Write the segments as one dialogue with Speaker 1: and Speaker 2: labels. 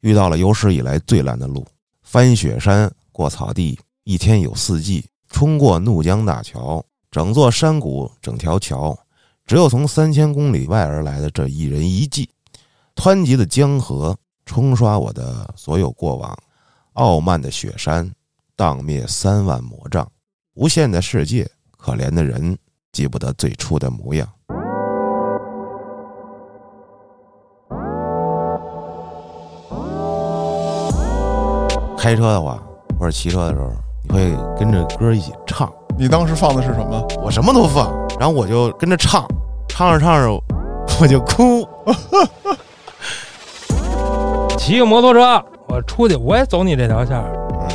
Speaker 1: 遇到了有史以来最烂的路，翻雪山，过草地，一天有四季，冲过怒江大桥，整座山谷，整条桥，只有从三千公里外而来的这一人一骑，湍急的江河冲刷我的所有过往，傲慢的雪山荡灭三万魔障，无限的世界，可怜的人记不得最初的模样。开车的话，或者骑车的时候，你会跟着歌一起唱。
Speaker 2: 你当时放的是什么？
Speaker 1: 我什么都放，然后我就跟着唱，唱着唱着 我就哭。
Speaker 3: 骑个摩托车，我出去我也走你这条线儿，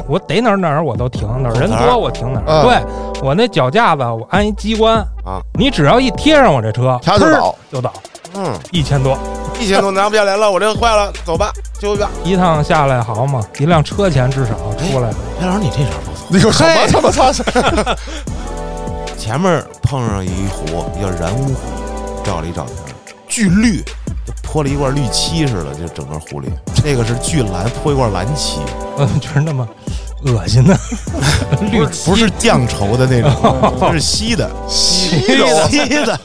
Speaker 3: 我逮哪儿哪儿我都停哪儿，
Speaker 1: 走
Speaker 3: 人
Speaker 1: 嗯哪儿嗯
Speaker 3: 多我停哪
Speaker 2: 啊
Speaker 3: 儿。对我那脚架子我安一机关
Speaker 1: 啊，
Speaker 3: 你只要一贴上我这车，
Speaker 2: 啪就
Speaker 3: 砰
Speaker 2: 倒
Speaker 3: 就倒，
Speaker 1: 嗯，
Speaker 3: 一千多
Speaker 1: 一千都拿不下来了，我这坏了，走吧，就吧。
Speaker 3: 一趟下来好嘛，一辆车钱至少出来了。
Speaker 1: 哎，老师，你这招不错。
Speaker 2: 你个什么他妈擦
Speaker 1: 前面碰上一湖，叫然乌湖，照了一照片，巨绿，就泼了一罐绿漆似的，就整个湖里。这个是巨蓝，泼一罐蓝 漆，
Speaker 3: 我怎么觉得那么恶 心呢？绿
Speaker 1: 嗯不是不是酱稠的那种，是稀的，
Speaker 2: 稀的，
Speaker 1: 稀的。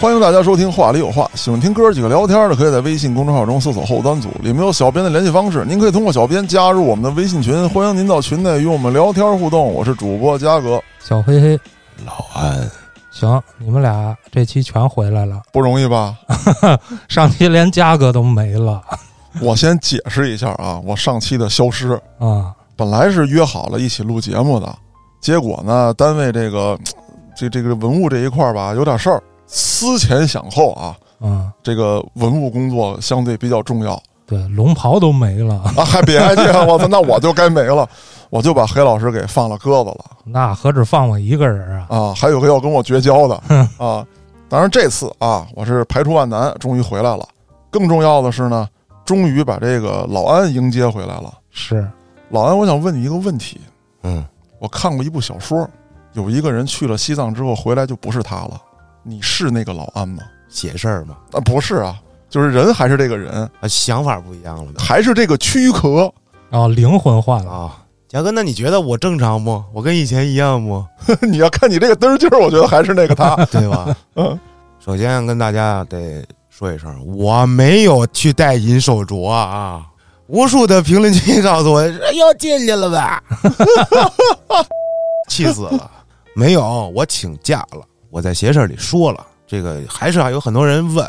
Speaker 2: 欢迎大家收听《话里有话》，喜欢听哥几个聊天的，可以在微信公众号中搜索“后端组”，里面有小编的联系方式，您可以通过小编加入我们的微信群，欢迎您到群内与我们聊天互动。我是主播嘉哥，
Speaker 3: 小黑黑，
Speaker 1: 老安，
Speaker 3: 行，你们俩这期全回来了，
Speaker 2: 不容易吧？
Speaker 3: 上期连嘉哥都没了
Speaker 2: 我先解释一下啊，我上期的消失，
Speaker 3: 啊。
Speaker 2: 本来是约好了一起录节目的，结果呢，单位这个这这个文物这一块儿吧，有点事儿，思前想后啊，
Speaker 3: 嗯，
Speaker 2: 这个文物工作相对比较重要
Speaker 3: 对，龙袍都没了，
Speaker 2: 啊，还别介，我操，那我就该没了，我就把黑老师给放了鸽子了。
Speaker 3: 那何止放我一个人啊？
Speaker 2: 啊，还有个要跟我绝交的啊。当然这次啊，我是排除万难，终于回来了。更重要的是呢，终于把这个老安迎接回来了。
Speaker 3: 是，
Speaker 2: 老安，我想问你一个问题。
Speaker 1: 嗯，
Speaker 2: 我看过一部小说，有一个人去了西藏之后回来就不是他了。你是那个老安吗？
Speaker 1: 写事儿嘛，
Speaker 2: 啊，不是啊，就是人还是这个人，
Speaker 1: 啊，想法不一样了呗。
Speaker 2: 还是这个躯壳。
Speaker 3: 然后灵魂换了，
Speaker 1: 啊，贾哥，那你觉得我正常不？我跟以前一样不？
Speaker 2: 你要看你这个嘚儿劲儿，我觉得还是那个他。
Speaker 1: 对吧？
Speaker 2: 嗯，
Speaker 1: 首先跟大家得说一声，我没有去戴银手镯啊。无数的评论区告诉我，哎呦，进去了吧？气死了！没有，我请假了。我在邪事儿里说了，这个还是啊有很多人问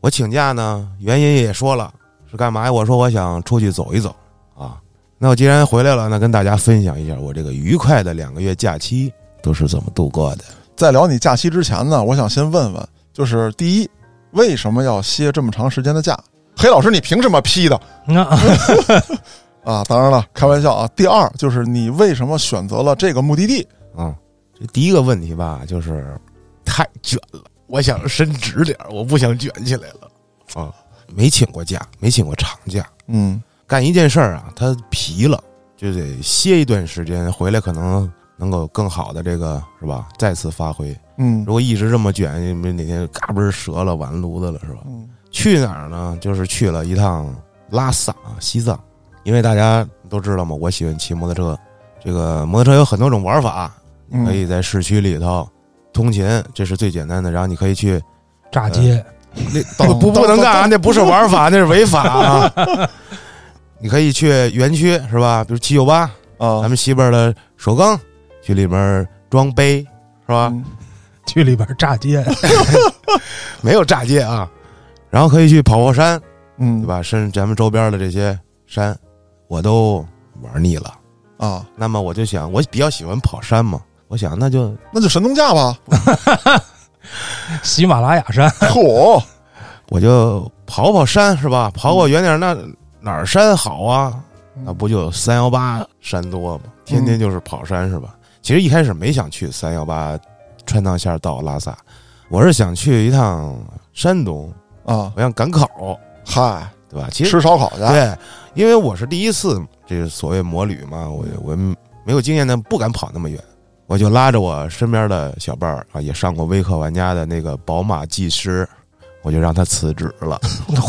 Speaker 1: 我请假呢，原因也说了是干嘛呀？我说我想出去走一走啊。那我既然回来了，那跟大家分享一下我这个愉快的两个月假期都是怎么度过的。
Speaker 2: 在聊你假期之前呢，我想先问问，就是第一，为什么要歇这么长时间的假？黑老师，你凭什么批的
Speaker 3: 那、
Speaker 2: 啊？当然了，开玩笑啊。第二，就是你为什么选择了这个目的地？
Speaker 1: 啊，这第一个问题吧，就是太卷了，我想伸直点儿，我不想卷起来了啊。没请过假，没请过长假，
Speaker 2: 嗯，
Speaker 1: 干一件事儿啊，他疲了就得歇一段时间，回来可能能够更好的这个是吧，再次发挥。
Speaker 2: 嗯
Speaker 1: 如果一直这么卷，你们哪天嘎嘣儿折了完犊子了是吧？
Speaker 2: 嗯，
Speaker 1: 去哪儿呢？就是去了一趟拉萨啊，西藏。因为大家都知道嘛，我喜欢骑摩托车，这个摩托车有很多种玩法，啊
Speaker 2: 嗯
Speaker 1: 可以在市区里头通勤，这是最简单的。然后你可以去
Speaker 3: 炸街，
Speaker 1: 那
Speaker 2: 当
Speaker 1: 不不
Speaker 2: 当
Speaker 1: 能干啊，
Speaker 2: 当
Speaker 1: 那不是玩法，那是违法啊。 你可以去园区是吧？比如七九八，
Speaker 2: 啊，
Speaker 1: 咱们西边的首钢，去里面装杯是吧？
Speaker 2: 嗯
Speaker 3: 去里边炸街，
Speaker 1: 没有炸街啊。然后可以去跑跑山，
Speaker 2: 嗯，
Speaker 1: 对？吧？甚至咱们周边的这些山，我都玩腻了。
Speaker 2: 啊，
Speaker 1: 那么我就想，我比较喜欢跑山嘛，我想那就
Speaker 2: 那就神农 架吧。
Speaker 3: 喜马拉雅 山，
Speaker 2: 嚯，
Speaker 1: 我就跑跑山是吧？跑跑远点儿，那哪儿山好啊？
Speaker 2: 嗯
Speaker 1: 那不就三幺八山多吗？天天就是跑山是吧？其实一开始没想去三幺八穿堂线到拉萨。我是想去一趟山东，
Speaker 2: 啊，
Speaker 1: 我想赶烤，
Speaker 2: 嗨，
Speaker 1: 对吧？其实
Speaker 2: 吃烧烤去，
Speaker 1: 对，因为我是第一次这个所谓摩旅嘛，我我
Speaker 2: 嗯
Speaker 1: 没有经验的，不敢跑那么远，我就拉着我身边的小伴儿啊，也上过微客玩家的那个宝马技师，我就让他辞职了。
Speaker 3: 嚯！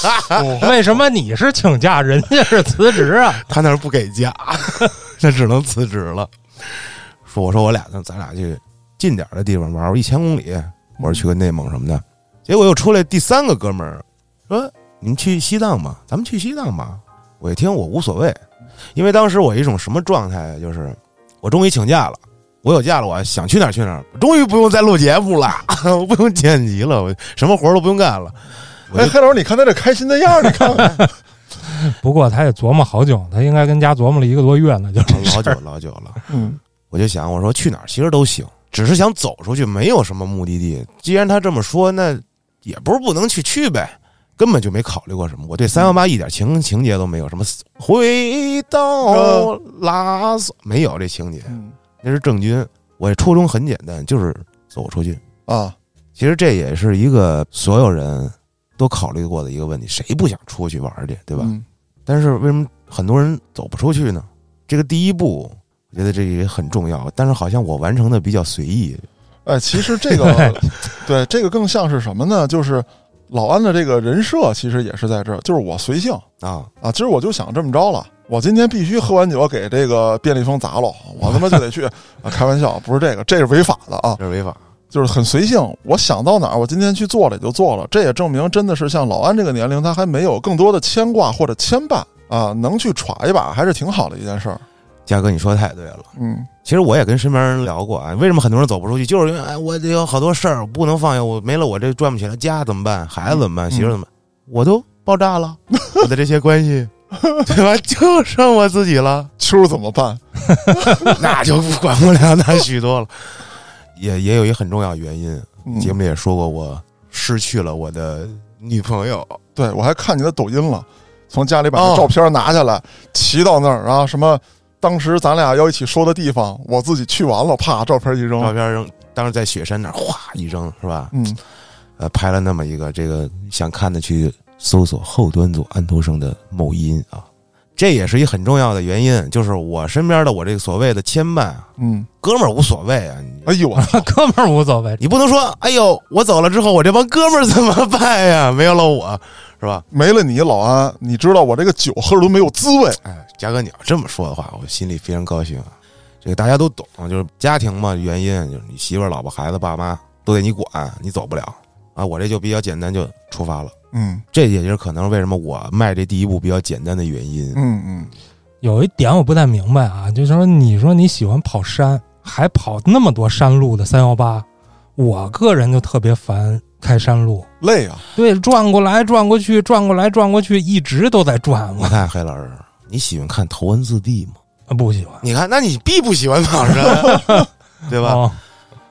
Speaker 3: 为什么你是请假，人家是辞职啊？
Speaker 1: 他那儿不给假， 那只能辞职了。说我说我俩呢，咱俩去近点儿的地方玩儿，一千公里，我说去个内蒙什么的。结果又出来第三个哥们儿说：“你们去西藏吧，咱们去西藏吧。”我一听我无所谓，因为当时我一种什么状态，就是我终于请假了，我有假了，我想去哪儿去哪儿，终于不用再录节目了， 我不用剪辑了，我什么活儿都不用干了。我就
Speaker 2: 哎，黑老师，你看他这开心的样儿，你看 看，
Speaker 3: 不过他也琢磨好久，他应该跟家琢磨了一个多月呢，就是
Speaker 1: 老久老久了。
Speaker 2: 嗯，
Speaker 1: 我就想，我说去哪儿其实都行，只是想走出去，没有什么目的地。既然他这么说，那也不是不能去，去呗。根本就没考虑过什么，我对三幺八一点情情节都没有，什么回到拉萨没有这情节，
Speaker 2: 嗯
Speaker 1: 那是郑钧。我初衷很简单，就是走出去。
Speaker 2: 啊，
Speaker 1: 其实这也是一个所有人都考虑过的一个问题，谁不想出去玩儿去，对吧？
Speaker 2: 嗯
Speaker 1: 但是为什么很多人走不出去呢？这个第一步，我觉得这也很重要。但是好像我完成的比较随意，
Speaker 2: 哎，其实这个，对这个更像是什么呢？就是老安的这个人设，其实也是在这儿，就是我随性
Speaker 1: 啊，
Speaker 2: 啊，今儿我就想这么着了，我今天必须喝完酒给这个便利蜂砸了，我他妈就得去啊！开玩笑，不是这个，这是违法的啊，
Speaker 1: 这是违法。
Speaker 2: 就是很随性，我想到哪儿，我今天去做了也就做了，这也证明真的是像老安这个年龄，他还没有更多的牵挂或者牵绊啊，能去耍一把还是挺好的一件事儿，
Speaker 1: 嘉哥，你说的太对了。
Speaker 2: 嗯
Speaker 1: 其实我也跟身边人聊过啊，为什么很多人走不出去，就是因为哎，我得有好多事儿我不能放下，我没了我这赚不起来，家怎么办？孩子怎么办？
Speaker 2: 嗯
Speaker 1: 媳妇怎么办？我都爆炸了， 我的这些关 系，对吧？就剩我自己了。
Speaker 2: 秋儿怎么办？
Speaker 1: 那就不管不了，那许多了。也也有一很重要原因，
Speaker 2: 嗯
Speaker 1: 节目里也说过，我失去了我的女朋友。
Speaker 2: 对，我还看你的抖音了，从家里把
Speaker 1: 哦
Speaker 2: 那照片拿下来，骑到那儿啊，什么当时咱俩要一起说的地方，我自己去完了，啪，照片一扔，
Speaker 1: 照片扔，当时在雪山那儿哗一扔，是吧？
Speaker 2: 嗯，
Speaker 1: 呃，拍了那么一个，这个想看的去搜索后端组安徒生的某音啊，这也是一很重要的原因，就是我身边的我这个所谓的牵绊啊，
Speaker 2: 嗯，
Speaker 1: 哥们儿无所谓啊，你
Speaker 2: 哎呦我操，
Speaker 3: 哥们儿无所谓。
Speaker 1: 你不能说，哎呦，我走了之后，我这帮哥们儿怎么办呀？没有了我，是吧？
Speaker 2: 没了你老安，你知道我这个酒喝着都没有滋味，
Speaker 1: 哎，嘉哥，你要这么说的话，我心里非常高兴啊。这个大家都懂，就是家庭嘛，原因就是你媳妇儿、老婆、孩子、爸妈都得你管，你走不了啊。我这就比较简单，就出发了。
Speaker 2: 嗯
Speaker 1: 这也就是可能为什么我迈这第一步比较简单的原因。
Speaker 2: 嗯嗯，
Speaker 3: 有一点我不太明白啊，就是说你说你喜欢跑山，还跑那么多山路的三幺八，我个人就特别烦开山路。
Speaker 2: 累啊，
Speaker 3: 对，转过来转过去，转过来转过去，一直都在转，
Speaker 1: 你
Speaker 3: 我
Speaker 1: 看黑老师，你喜欢看头文字 D 吗？
Speaker 3: 啊不喜欢，
Speaker 1: 你看，那你必不喜欢跑山， 对
Speaker 3: 对
Speaker 1: 吧？
Speaker 3: 哦、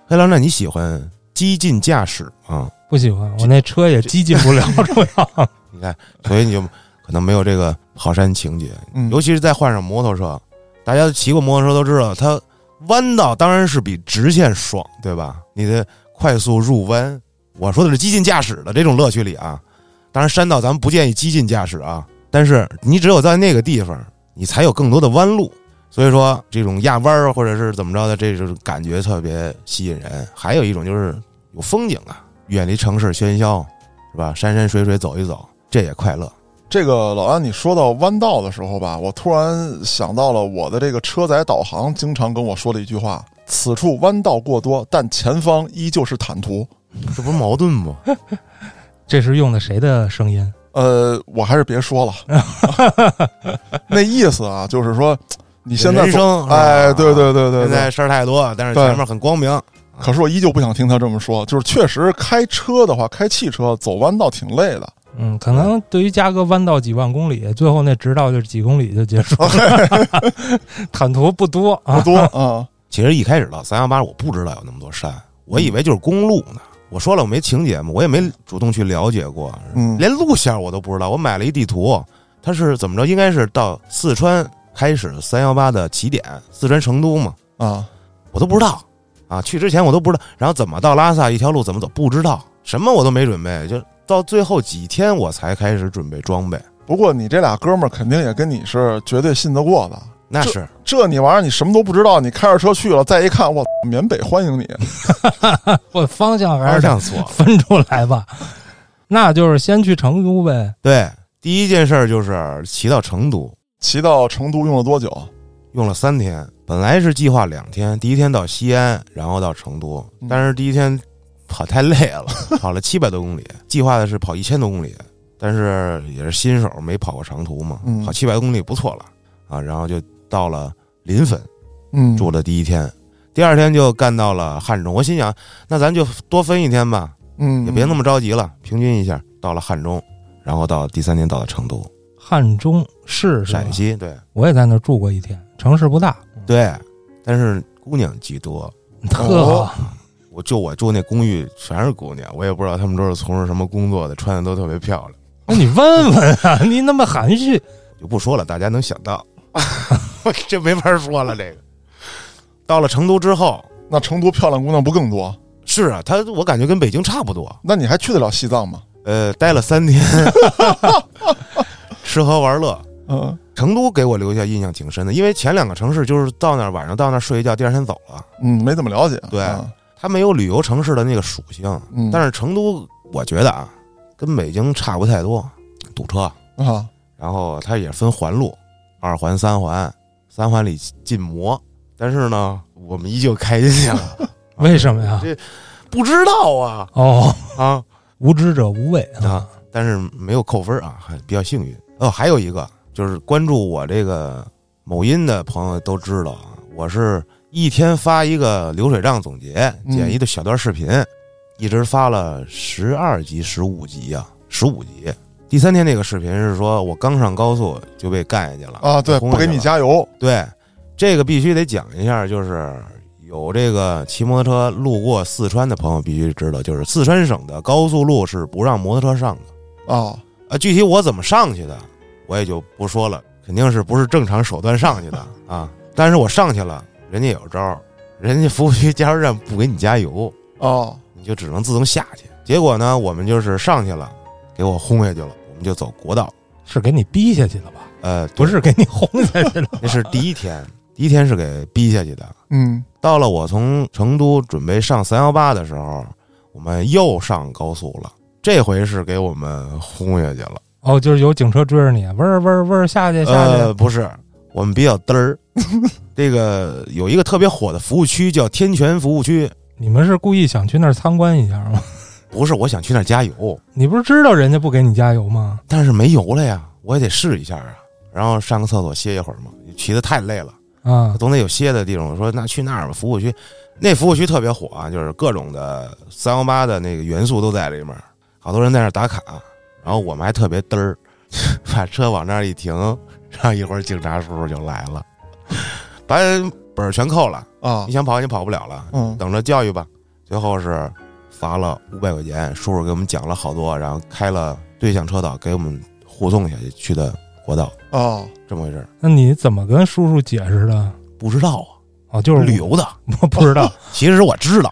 Speaker 1: 黑老师，那你喜欢激进驾驶啊、
Speaker 3: 不喜欢，我那车也激进不了，主 要。
Speaker 1: 你看，所以你就可能没有这个跑山情节。
Speaker 2: 嗯，
Speaker 1: 尤其是再换上摩托车，大家骑过摩托车都知道，它弯道当然是比直线爽，对吧？你的快速入弯，我说的是激进驾驶的这种乐趣里啊。当然，山道咱们不建议激进驾驶啊，但是你只有在那个地方，你才有更多的弯路。所以说，这种压弯儿或者是怎么着的，这种感觉特别吸引人。还有一种就是有风景啊，远离城市喧嚣，是吧？山山水水走一走，这也快乐。
Speaker 2: 这个老安，你说到弯道的时候吧，我突然想到了我的这个车载导航经常跟我说的一句话：此处弯道过多，但前方依旧是坦途。
Speaker 1: 这不是矛盾吗？
Speaker 3: 这是用的谁的声音？
Speaker 2: 呃，我还是别说了， 那意思啊，就是说你现在
Speaker 1: 人
Speaker 2: 走，
Speaker 1: 生，
Speaker 2: 哎，对
Speaker 1: 对
Speaker 2: 对对对
Speaker 1: 现在
Speaker 2: 对。
Speaker 1: 事儿太多，但是
Speaker 2: 对
Speaker 1: 前面很光明。
Speaker 2: 可是我依旧不想听他这么说，就是确实开车的话，开汽车走弯道挺累的。
Speaker 3: 嗯，可能对于嘉哥弯道几万公里，最后那直道就是几公里就结束 了，坦途不多
Speaker 2: 不
Speaker 3: 啊。
Speaker 2: 多 啊，
Speaker 1: 其实一开始到三幺八，我不知道有那么多山，我以为就是公路呢。我说了，我没情节嘛，我也没主动去了解过，
Speaker 2: 嗯
Speaker 1: 连路线我都不知道。我买了一地图，它是怎么着？应该是到四川开始三幺八的起点，四川成都嘛，
Speaker 2: 啊，
Speaker 1: 我都不知道。啊，去之前我都不知道，然后怎么到拉萨一条路怎么走不知道，什么我都没准备，就到最后几天我才开始准备装备。
Speaker 2: 不过你这俩哥们儿肯定也跟你是绝对信得过的。
Speaker 1: 那是
Speaker 2: 这你玩意儿你什么都不知道，你开着车去了，再一看，我缅北欢迎你。
Speaker 3: 或方向
Speaker 2: 哎
Speaker 3: 还
Speaker 1: 方
Speaker 3: 是得
Speaker 1: 向错了。
Speaker 3: 分出来吧。那就是先去成都呗，
Speaker 1: 对，第一件事儿就是骑到成都，
Speaker 2: 骑到成都用了多久？
Speaker 1: 用了三天。本来是计划两天，第一天到西安，然后到成都
Speaker 2: 嗯，
Speaker 1: 但是第一天跑太累了， 跑了七百多公里，计划的是跑一千多公里，但是也是新手，没跑过长途嘛
Speaker 2: 嗯，
Speaker 1: 跑七百公里不错了啊。然后就到了临汾，
Speaker 2: 嗯
Speaker 1: 住的第一天，第二天就干到了汉中。我心想，那咱就多分一天吧，
Speaker 2: 嗯，
Speaker 1: 也别那么着急了，平均一下。到了汉中，然后到第三天到了成都，
Speaker 3: 汉中市是吧
Speaker 1: 陕，西，对
Speaker 3: 我也在那儿住过一天，城市不大，
Speaker 1: 对，但是姑娘居多。
Speaker 3: 哦特
Speaker 1: 我就我住那公寓全是姑娘，我也不知道她们都是从事什么工作的，穿的都特别漂亮，
Speaker 3: 那哎你问问啊， 你那么含蓄，
Speaker 1: 就不说了，大家能想到， 这没法说了。这个到了成都之后，
Speaker 2: 那成都漂亮姑娘不更多？
Speaker 1: 是啊，她我感觉跟北京差不多，
Speaker 2: 那你还去得了西藏吗？
Speaker 1: 呃，待了三天， 吃喝玩乐。
Speaker 2: 嗯
Speaker 1: 成都给我留下印象挺深的，因为前两个城市就是到那儿晚上到那儿睡一觉，第二天走了，
Speaker 2: 嗯，没怎么了解。
Speaker 1: 对
Speaker 2: 啊
Speaker 1: 它没有旅游城市的那个属性。
Speaker 2: 嗯，
Speaker 1: 但是成都，我觉得啊，跟北京差不太多，堵车，
Speaker 2: 是啊，
Speaker 1: 然后它也分环路，二环、三环，三环里禁摩，但是呢，我们依旧开进去了，
Speaker 3: 为什么呀
Speaker 1: 这？不知道啊
Speaker 3: 哦，
Speaker 1: 啊
Speaker 3: 无知者无畏啊
Speaker 1: 啊！但是没有扣分啊，还比较幸运哦。还有一个就是关注我这个某音的朋友都知道啊，我是一天发一个流水账总结，
Speaker 2: 嗯
Speaker 1: 剪一个小段视频，一直发了十二集、十五集呀、十五集。第三天那个视频是说我刚上高速就被干下去了
Speaker 2: 啊，对，
Speaker 1: 轰
Speaker 2: 不
Speaker 1: 下
Speaker 2: 给
Speaker 1: 去
Speaker 2: 你
Speaker 1: 了
Speaker 2: 加油。
Speaker 1: 对，这个必须得讲一下，就是有这个骑摩托车路过四川的朋友必须知道，就是四川省的高速路是不让摩托车上的。
Speaker 2: 啊，
Speaker 1: 啊，具体我怎么上去的，我也就不说了，肯定是不是正常手段上去 的啊。但是我上去了，人家有招儿，人家服务区加油站不给你加油，
Speaker 2: 哦，
Speaker 1: 你就只能自动下去。结果呢，我们就是上去了，给我轰下去了，我们就走国道。
Speaker 3: 是给你逼下去的吧？
Speaker 1: 呃，
Speaker 3: 不是给你轰下去的。
Speaker 1: 那是第一天，第一天是给逼下去的，
Speaker 2: 嗯，
Speaker 1: 到了我从成都准备上三幺八的时候，我们又上高速了。这回是给我们轰下去了。
Speaker 3: 哦，就是有警车追着你，嗡儿嗡儿嗡儿下去下去。
Speaker 1: 呃，不是，我们比较嘚儿。这个有一个特别火的服务区叫天泉服务区，
Speaker 3: 你们是故意想去那儿参观一下吗？
Speaker 1: 不是我想去那儿加油，
Speaker 3: 你不是知道人家不给你加油吗？
Speaker 1: 但是没油了呀，我也得试一下啊。然后上个厕所歇一会儿嘛，骑得太累了，
Speaker 3: 啊，
Speaker 1: 总得有歇的地方。我说那去那儿吧，服务区。那服务区特别火啊，就是各种的三幺八的那个元素都在里面，好多人在那儿打卡。然后我们还特别嘚儿， 把车往那儿一停，然后一会儿警察叔叔就来了，把本儿全扣了。
Speaker 2: 啊
Speaker 1: 你，想跑你跑不了了，
Speaker 2: 嗯，
Speaker 1: 等着教育吧。最后是罚了五百块钱，叔叔给我们讲了好多，然后开了对向车道给我们护送下去去的国道，
Speaker 2: 啊，
Speaker 1: 这么回事儿
Speaker 3: 那你怎么跟叔叔解释的？
Speaker 1: 不知道啊，
Speaker 3: 哦，就是
Speaker 1: 旅，游的。
Speaker 3: 我不知道。
Speaker 1: 其实我知 道，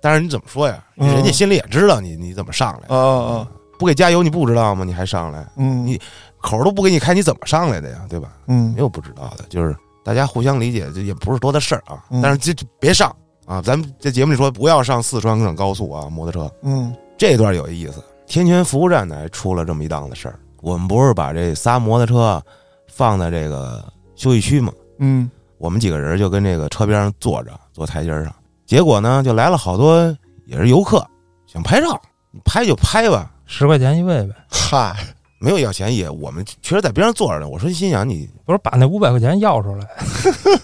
Speaker 1: 但是你怎么说呀？
Speaker 2: 嗯
Speaker 1: 人家心里也知道你你怎么上来的，
Speaker 2: 啊
Speaker 3: 嗯
Speaker 2: 啊，
Speaker 1: 不给加油你不知道吗？你还上来，
Speaker 2: 嗯，
Speaker 1: 你口儿都不给你开，你怎么上来的呀？对吧？
Speaker 2: 嗯
Speaker 1: 没，有不知道的，就是大家互相理解，这也不是多大事儿啊
Speaker 2: 嗯。
Speaker 1: 但是这这别上啊，咱们这节目里说不要上四川省高速啊，摩托车。
Speaker 2: 嗯，
Speaker 1: 这段有意思，天泉服务站呢还出了这么一档子事儿。我们不是把这仨摩托车放在这个休息区吗？
Speaker 2: 嗯，
Speaker 1: 我们几个人就跟这个车边上坐着，坐台阶上。结果呢，就来了好多也是游客，想拍照，你拍就拍吧，
Speaker 3: 十块钱一位呗，
Speaker 2: 嗨，
Speaker 1: 没有要钱也。我们确实在边上坐着呢。我说心想你
Speaker 3: 不是把那五百块钱要出来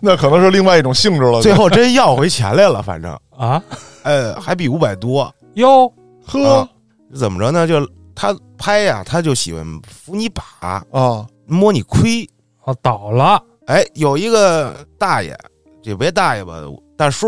Speaker 2: 那可能是另外一种性质了。
Speaker 1: 最后真要回钱来了，反正
Speaker 3: 啊？
Speaker 1: 呃还比五百多。
Speaker 3: 哟，
Speaker 2: 呵
Speaker 1: 怎么着呢？就他拍呀，他就喜欢扶你把，
Speaker 2: 啊，
Speaker 1: 摸你亏。
Speaker 3: 哦，倒了，
Speaker 1: 哎，有一个大爷，也别大爷吧，大叔，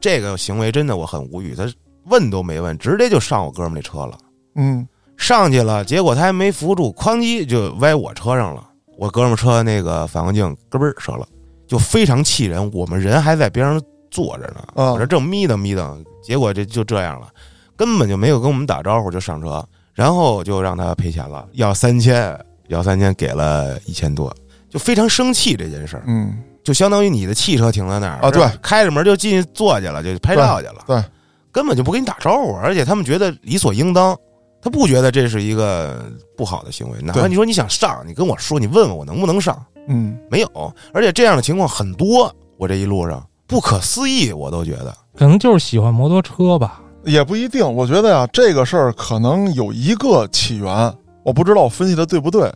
Speaker 1: 这个行为真的我很无语。他问都没问，直接就上我哥们那车了，
Speaker 2: 嗯，
Speaker 1: 上去了，结果他还没扶住，哐叽就歪我车上了。我哥们车那个反光镜咯嘣儿折了，就非常气人。我们人还在边上坐着呢，
Speaker 2: 啊
Speaker 1: 我这正眯瞪眯瞪，结果这就这样了，根本就没有跟我们打招呼就上车，然后就让他赔钱了，要三千，要三千，给了一千多，就非常生气这件事儿，
Speaker 2: 嗯，
Speaker 1: 就相当于你的汽车停在那儿
Speaker 2: 啊对，
Speaker 1: 开着门就进去坐去了，就拍照去了，
Speaker 2: 对对
Speaker 1: 根本就不跟你打招呼，而且他们觉得理所应当。他不觉得这是一个不好的行为，哪怕
Speaker 2: 对
Speaker 1: 你说你想上，你跟我说，你问问我能不能上，
Speaker 2: 嗯，
Speaker 1: 没有，而且这样的情况很多。我这一路上不可思议，我都觉得
Speaker 3: 可能就是喜欢摩托车吧。
Speaker 2: 也不一定。我觉得呀、这个事儿可能有一个起源，我不知道我分析的对不对，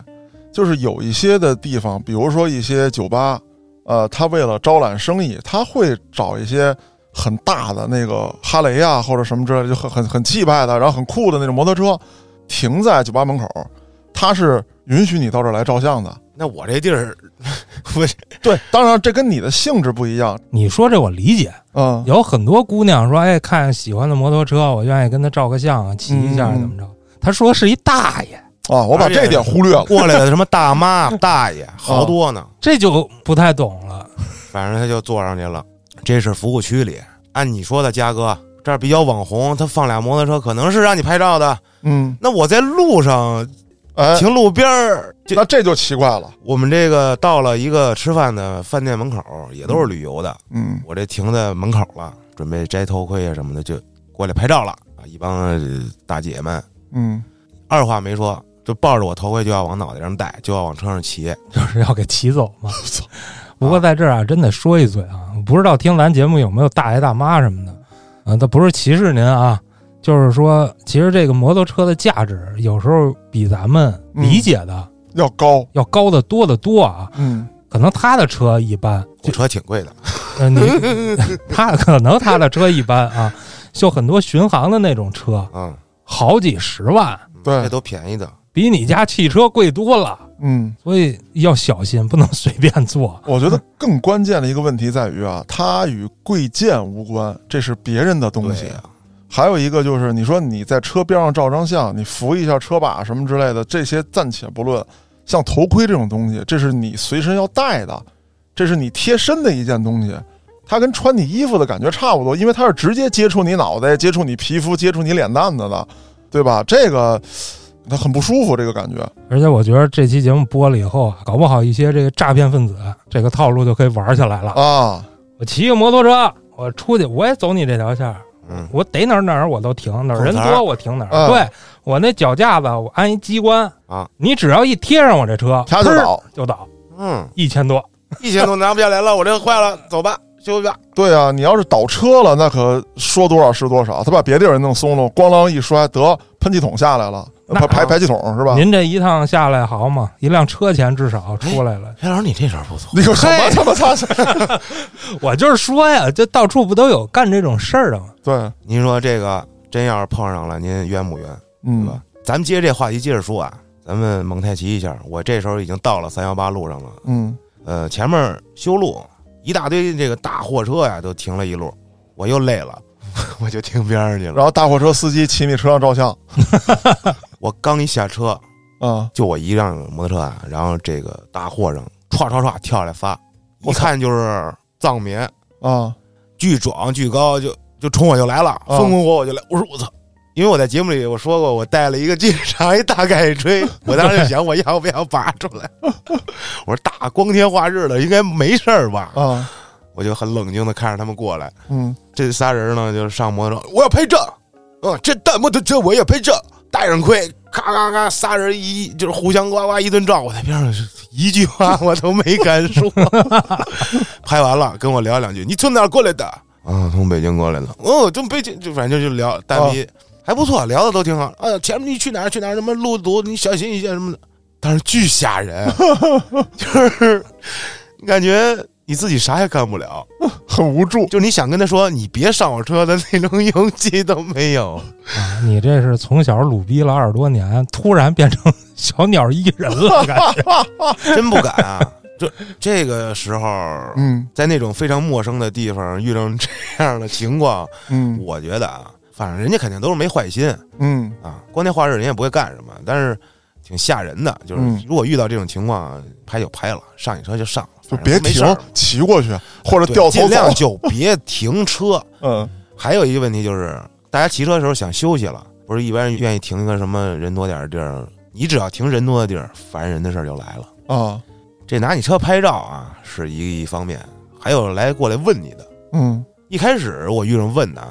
Speaker 2: 就是有一些的地方，比如说一些酒吧，呃，他为了招揽生意，他会找一些。很大的那个哈雷啊，或者什么之类的，就很很很气派的，然后很酷的那种摩托车，停在酒吧门口，他是允许你到这儿来照相的。
Speaker 1: 那我这地儿， 我
Speaker 2: 对，当然这跟你的性质不一样，
Speaker 3: 你说这我理解，
Speaker 2: 嗯，
Speaker 3: 有很多姑娘说，哎，看喜欢的摩托车，我愿意跟他照个相啊，骑一下
Speaker 2: 嗯
Speaker 3: 怎么着？他说是一大爷，
Speaker 2: 啊，我把
Speaker 1: 而且
Speaker 2: 这点忽略了。
Speaker 1: 过来的什么大妈、大爷，好多呢。
Speaker 3: 这就不太懂了。
Speaker 1: 反正他就坐上去了。这是服务区里，按你说的，嘉哥这儿比较网红，他放俩摩托车，可能是让你拍照的。
Speaker 2: 嗯，
Speaker 1: 那我在路上
Speaker 2: 哎，
Speaker 1: 停路边儿，就
Speaker 2: 那这就奇怪了。
Speaker 1: 我们这个到了一个吃饭的饭店门口，也都是旅游的，
Speaker 2: 嗯
Speaker 1: 我这停在门口了，准备摘头盔啊什么的，就过来拍照了啊！一帮呃大姐们
Speaker 2: 嗯，
Speaker 1: 二话没说，就抱着我头盔就要往脑袋上戴，就要往车上骑。
Speaker 3: 就是 要给骑走嘛。不过在这儿啊，真得说一嘴啊，不知道听咱节目有没有大爷大妈什么的啊？他不是歧视您啊，就是说，其实这个摩托车的价值有时候比咱们理解的
Speaker 2: 要高。
Speaker 3: 要高得多得多啊。
Speaker 2: 嗯
Speaker 3: 可能他的车一般，
Speaker 1: 我车挺贵的，
Speaker 3: 呃，你他可能他的车一般啊，就很多巡航的那种车，
Speaker 1: 嗯，
Speaker 3: 好几十万，
Speaker 2: 对
Speaker 1: 这都便宜的。
Speaker 3: 比你家汽车贵多了，
Speaker 2: 嗯，
Speaker 3: 所以要小心，不能随便坐。
Speaker 2: 我觉得更关键的一个问题在于啊，它与贵贱无关，这是别人的东
Speaker 1: 对啊
Speaker 2: 西。
Speaker 1: 呀、
Speaker 2: 还有一个就是，你说你在车边上照张相，你扶一下车把什么之类的，这些暂且不论。像头盔这种东西，这是你随身要带的，这是你贴身的一件东西，它跟穿你衣服的感觉差不多，因为它是直接接触你脑袋、接触你皮肤、接触你脸蛋子的，对吧？这个它很不舒服，这个感觉。
Speaker 3: 而且我觉得这期节目播了以后啊，搞不好一些这个诈骗分子这个套路就可以玩起来了。
Speaker 2: 啊，
Speaker 3: 我骑个摩托车，我出去我也走你这条线儿，
Speaker 1: 嗯，
Speaker 3: 我逮哪儿哪儿我都停，哪儿人
Speaker 1: 碰瓷儿
Speaker 3: 多我停哪儿。
Speaker 2: 嗯
Speaker 3: 对我那脚架子我安一机关
Speaker 1: 啊，
Speaker 3: 你只要一贴上我这车，
Speaker 2: 他就
Speaker 3: 砰
Speaker 2: 倒。
Speaker 3: 就倒，
Speaker 1: 嗯，
Speaker 3: 一千多。
Speaker 1: 一千都拿不下来了，我这坏了，走吧，修吧。
Speaker 2: 对啊，你要是倒车了，那可说多少是多少。他把别地儿也弄松了，咣啷一摔，得喷气筒下来了，
Speaker 3: 那
Speaker 2: 排排排气筒是吧？
Speaker 3: 您这一趟下来好嘛，一辆车钱至少出来了。
Speaker 1: 哎，老师，你这招不错。
Speaker 2: 你有什么
Speaker 3: 嘿
Speaker 2: 他妈擦擦？嗯
Speaker 3: 我就是说呀，这到处不都有干这种事儿的吗？
Speaker 2: 对，
Speaker 1: 您说这个真要是碰上了，您冤不冤？对
Speaker 2: 嗯
Speaker 1: 吧？咱们接着这话题接着说啊，咱们蒙太奇一下。我这时候已经到了三幺八路上了，
Speaker 2: 嗯
Speaker 1: 呃，前面修路，一大堆这个大货车呀都停了一路，我又累了， 我就停边上去了。
Speaker 2: 然后大货车司机骑你车上照相
Speaker 1: 我刚一下车，
Speaker 2: 啊，
Speaker 1: 就我一辆摩托车啊，然后这个大货上歘歘歘跳下来发，一看就是藏民，
Speaker 2: 啊
Speaker 1: 巨壮巨高，就就冲我就来了，
Speaker 2: 啊
Speaker 1: 风风火火就来。我说我操！因为我在节目里我说过，我带了一个警 察，一哎大盖锥，我当时就想我要不要拔出来？我说大光天化日的，应该没事儿吧？
Speaker 2: 啊，
Speaker 1: 我就很冷静的看着他们过来，
Speaker 2: 嗯，
Speaker 1: 这仨人呢就上摩托车，我要拍照，嗯，这大摩托车我要拍照，戴上盔，咔咔咔，仨人一就是互相呱呱一顿照，我在边上是一句话我都没敢说， 拍完了跟我聊两句，你从哪儿过来的？啊，从北京过来的。哦，从北京，就反正就聊单逼，还不错，聊的都挺好。哎呀，前面你去哪儿去哪儿，什么路途你小心一些什么的，但是巨吓人， 就是你感觉你自己啥也干不了。
Speaker 2: 很无助。
Speaker 1: 就你想跟他说你别上我车的那种勇气都没 有。
Speaker 3: 啊，你这是从小鲁逼了二十多年，突然变成小鸟依人 了，感觉
Speaker 1: 真不敢啊！就这个时候，
Speaker 2: 嗯
Speaker 1: 在那种非常陌生的地方遇上这样的情况，
Speaker 2: 嗯
Speaker 1: 我觉得啊，反正人家肯定都是没坏心
Speaker 2: 嗯，
Speaker 1: 啊，光天化日人也不会干什么，但是挺吓人的。就是
Speaker 2: 嗯
Speaker 1: 如果遇到这种情况，拍就拍了，上你车就上了，
Speaker 2: 就
Speaker 1: 反正
Speaker 2: 别
Speaker 1: 没事
Speaker 2: 停
Speaker 1: 儿，
Speaker 2: 骑过去或者
Speaker 1: 对
Speaker 2: 掉头
Speaker 1: 尽量
Speaker 2: 走。
Speaker 1: 就别停车。
Speaker 2: 嗯，
Speaker 1: 还有一个问题就是，大家骑车的时候想休息了，不是一般人愿意停一个什么人多点儿的地儿，你只要停人多的地儿，烦人的事儿就来了。
Speaker 2: 啊，
Speaker 1: 这拿你车拍照啊是一一方面，还有来过来问你的。
Speaker 2: 嗯，
Speaker 1: 一开始我遇上问的啊，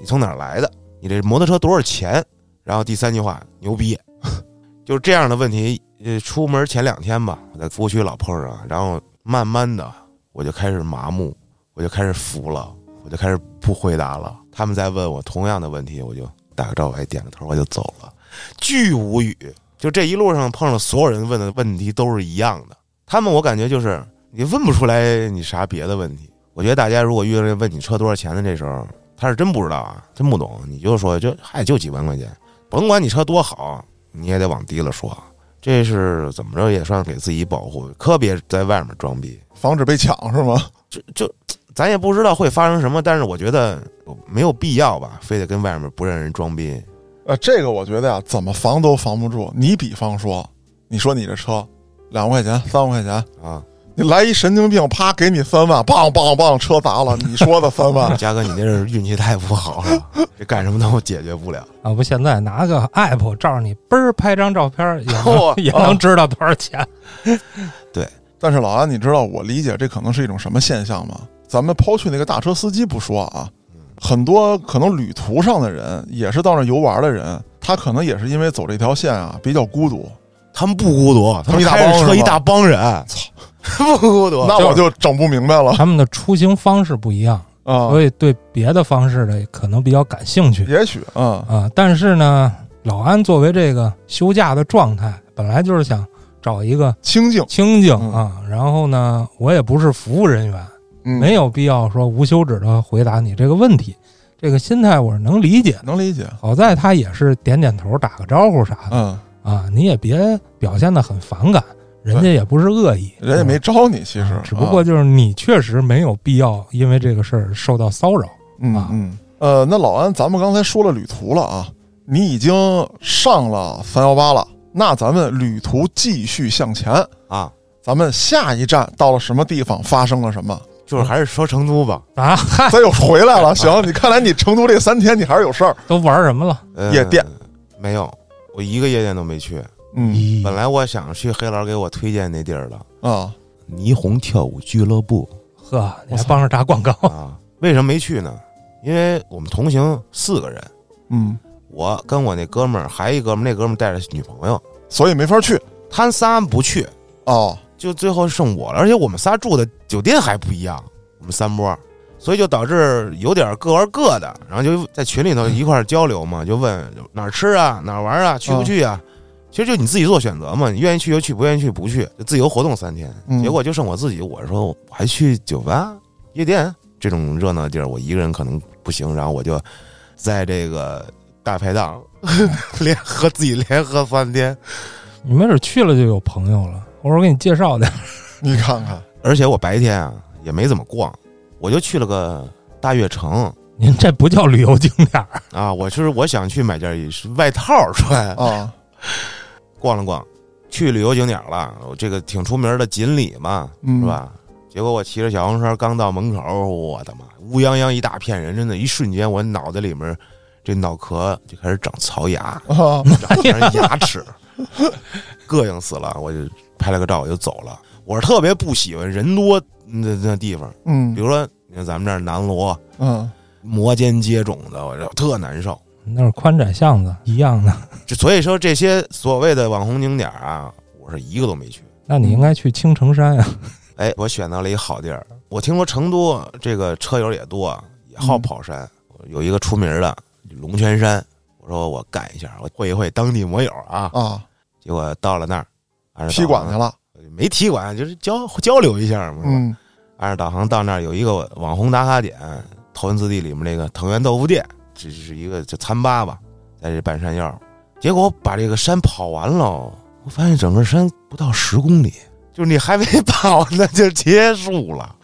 Speaker 1: 你从哪儿来的？你这摩托车多少钱？然后第三句话牛逼， 就是这样的问题。呃，出门前两天吧，我在服务区老碰上，然后慢慢的我就开始麻木，我就开始服了，我就开始不回答了。他们在问我同样的问题，我就打个招呼，哎，点个头，我就走了，巨无语。就这一路上碰上所有人问的问题都是一样的，他们我感觉就是你问不出来你啥别的问题。我觉得大家如果遇到问你车多少钱的这时候，他是真不知道啊，真不懂，你就说就嗨，就几万块钱，甭管你车多好，你也得往低了说。这是怎么着也算给自己保护，可别在外面装逼。
Speaker 2: 防止被抢是吗？
Speaker 1: 就就咱也不知道会发生什么，但是我觉得没有必要吧，非得跟外面不认识人装逼。
Speaker 2: 呃，这个我觉得呀、怎么防都防不住。你比方说，你说你这车两万块钱、三万块钱，
Speaker 1: 啊，，
Speaker 2: 你来一神经病，啪给你三万，棒棒棒，车砸了，你说的三万
Speaker 1: 嘉哥，你这是运气太不好了， 这干什么都解决不了。
Speaker 3: 啊，不，现在拿个 app 照着你，嘣儿拍张照片儿，也能、
Speaker 2: 哦
Speaker 1: 嚯
Speaker 3: 也能知道多少钱。
Speaker 2: 但是老安，你知道我理解这可能是一种什么现象吗？咱们抛去那个大车司机不说啊，很多可能旅途上的人，也是到那游玩的人，他可能也是因为走这条线啊比较孤独。
Speaker 1: 他们不孤独，他
Speaker 2: 们
Speaker 1: 们
Speaker 2: 一大
Speaker 1: 开
Speaker 2: 帮
Speaker 1: 着
Speaker 2: 是吗
Speaker 1: 车一大帮人，
Speaker 2: 操，
Speaker 1: 不孤
Speaker 3: 哦
Speaker 1: 独。
Speaker 2: 那我就整不明白了
Speaker 3: 他们的出行方式不一样，
Speaker 2: 啊。
Speaker 3: 所以对别的方式的可能比较感兴趣
Speaker 2: 也许啊，
Speaker 3: 啊。但是呢，老安作为这个休假的状态，本来就是想找一个
Speaker 2: 清静，
Speaker 3: 清静
Speaker 2: 嗯
Speaker 3: 啊。然后呢，我也不是服务人员，
Speaker 2: 嗯，
Speaker 3: 没有必要说无休止的回答你这个问题。这个心态我是能理解的。
Speaker 2: 能理解。
Speaker 3: 好在他也是点点头、打个招呼啥的
Speaker 2: 嗯，
Speaker 3: 啊，你也别表现的很反感，人家也不是恶意，
Speaker 2: 人也没
Speaker 3: 啊。
Speaker 2: 招你，其实
Speaker 3: 啊，只不过
Speaker 2: 啊
Speaker 3: 就是你确实没有必要因为这个事儿受到骚扰。
Speaker 2: 嗯
Speaker 3: 啊
Speaker 2: 嗯，呃，那老安，咱们刚才说了旅途了啊，你已经上了三幺八了，那咱们旅途继续向前，
Speaker 1: 啊，
Speaker 2: 咱们下一站到了什么地方，发生了什 么，
Speaker 1: 就是还是说成都吧，
Speaker 3: 啊，嗨，
Speaker 2: 咱又回来了。行，你看来你成都这三天你还是有事儿。
Speaker 3: 都玩什么了？
Speaker 1: 呃
Speaker 2: 夜店
Speaker 1: 没有，我一个夜店都没去。
Speaker 2: 嗯
Speaker 3: 咦
Speaker 1: 本来我想去黑老师给我推荐那地儿的
Speaker 2: 啊，
Speaker 1: 霓虹跳舞俱乐部
Speaker 3: 呵，你
Speaker 2: 我
Speaker 3: 还
Speaker 2: 操
Speaker 3: 帮着打广告？
Speaker 2: 哦
Speaker 1: 啊，为什么没去呢？因为我们同行四个人，
Speaker 2: 嗯，
Speaker 1: 我跟我那哥们儿，还一哥们儿，那哥们儿带着女朋友，
Speaker 2: 所以没法去
Speaker 1: 他仨不去，
Speaker 2: 哦。
Speaker 1: 就最后剩我了。而且我们仨住的酒店还不一样，我们三波，所以就导致有点各玩各的，然后就在群里头一块儿交流嘛，就问哪儿吃啊，哪儿玩啊，去不去啊？其实就你自己做选择嘛，你愿意去就去，不愿意去不去，就自由活动三天。
Speaker 2: 嗯
Speaker 1: 结果就剩我自己，我说我还去酒吧、夜店这种热闹的地儿，我一个人可能不行，然后我就在这个大排档 连喝自己连喝三天。
Speaker 3: 你没准去了就有朋友了。我说我给你介绍点儿，
Speaker 2: 你看看，
Speaker 1: 而且我白天啊也没怎么逛，我就去了个大悦城
Speaker 3: 您这不叫旅游景点儿
Speaker 1: 啊。我就是我想去买件外套穿，
Speaker 2: 啊，
Speaker 1: 逛了逛，去旅游景点了。我这个挺出名的锦里嘛，
Speaker 2: 嗯
Speaker 1: 是吧？结果我骑着小黄车刚到门口，我的妈，乌泱泱一大片人，真的，一瞬间我脑袋里面这脑壳就开始长槽牙，
Speaker 2: 啊，
Speaker 1: 长全是牙齿，膈应死了。我就拍了个照，我就走了。我是特别不喜欢人多那那地方，比
Speaker 2: 嗯
Speaker 1: 如说你看咱们这儿南锣
Speaker 2: 嗯，
Speaker 1: 摩肩接踵的，我就特难受。
Speaker 3: 那是宽窄巷子一样的。
Speaker 1: 就所以说这些所谓的网红景点啊，我是一个都没去。
Speaker 3: 那你应该去青城山啊。
Speaker 1: 哎，我选到了一个好地儿。我听说成都这个车友也多，也
Speaker 2: 嗯
Speaker 1: 好跑山，有一个出名的龙泉山。我说我干一下，我会一会当地摩友啊。
Speaker 2: 啊，
Speaker 1: 结果到了那儿，按照
Speaker 2: 踢馆
Speaker 1: 导
Speaker 2: 去
Speaker 1: 航
Speaker 2: 了，
Speaker 1: 没踢馆，就是交交流一下嘛。是吧
Speaker 2: 嗯
Speaker 1: 按照导航到那儿有一个网红打卡点，头文字 D 里面那个藤原豆腐店，这是一个就餐吧吧，在这半山腰。结果我把这个山跑完了，我发现整个山不到十公里，就是你还没 跑呢就结束了，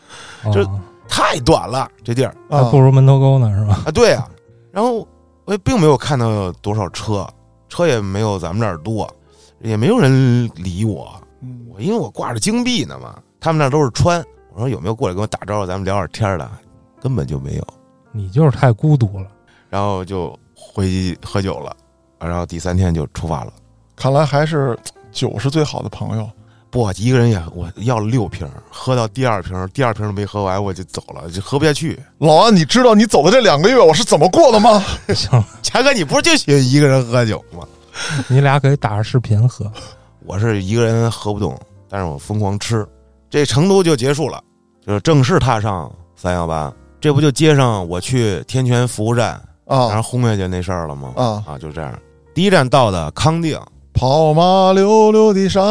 Speaker 3: 哦
Speaker 1: 这太短了这地儿
Speaker 3: 还
Speaker 2: 嗯啊，
Speaker 3: 哎不如门头沟呢，是吧？
Speaker 1: 啊！对啊，然后我也并没有看到有多少车，车也没有咱们这儿多，也没有人理我，
Speaker 2: 嗯
Speaker 1: 我因为我挂着金币呢嘛，他们那都是穿。我说有没有过来跟我打招呼，咱们聊会儿天儿的？根本就没有。
Speaker 3: 你就是太孤独了。
Speaker 1: 然后就回喝酒了，然后第三天就出发了。
Speaker 2: 看来还是酒是最好的朋友。
Speaker 1: 不，一个人也我要了六瓶，喝到第二瓶，第二瓶都没喝完我就走了，就喝不下去。
Speaker 2: 老安，你知道你走的这两个月我是怎么过的吗？
Speaker 3: 行了，
Speaker 1: 强哥，你不是就喜欢一个人喝酒吗？
Speaker 3: 你俩可以打着视频喝。
Speaker 1: 我是一个人喝不动，但是我疯狂吃。这成都就结束了，就是正式踏上三幺八，这不就接上我去天泉服务站，然后
Speaker 2: 啊
Speaker 1: 轰下去那事儿了吗？
Speaker 2: 啊！
Speaker 1: 啊，就这样。第一站到的康定，
Speaker 2: 跑马溜溜的山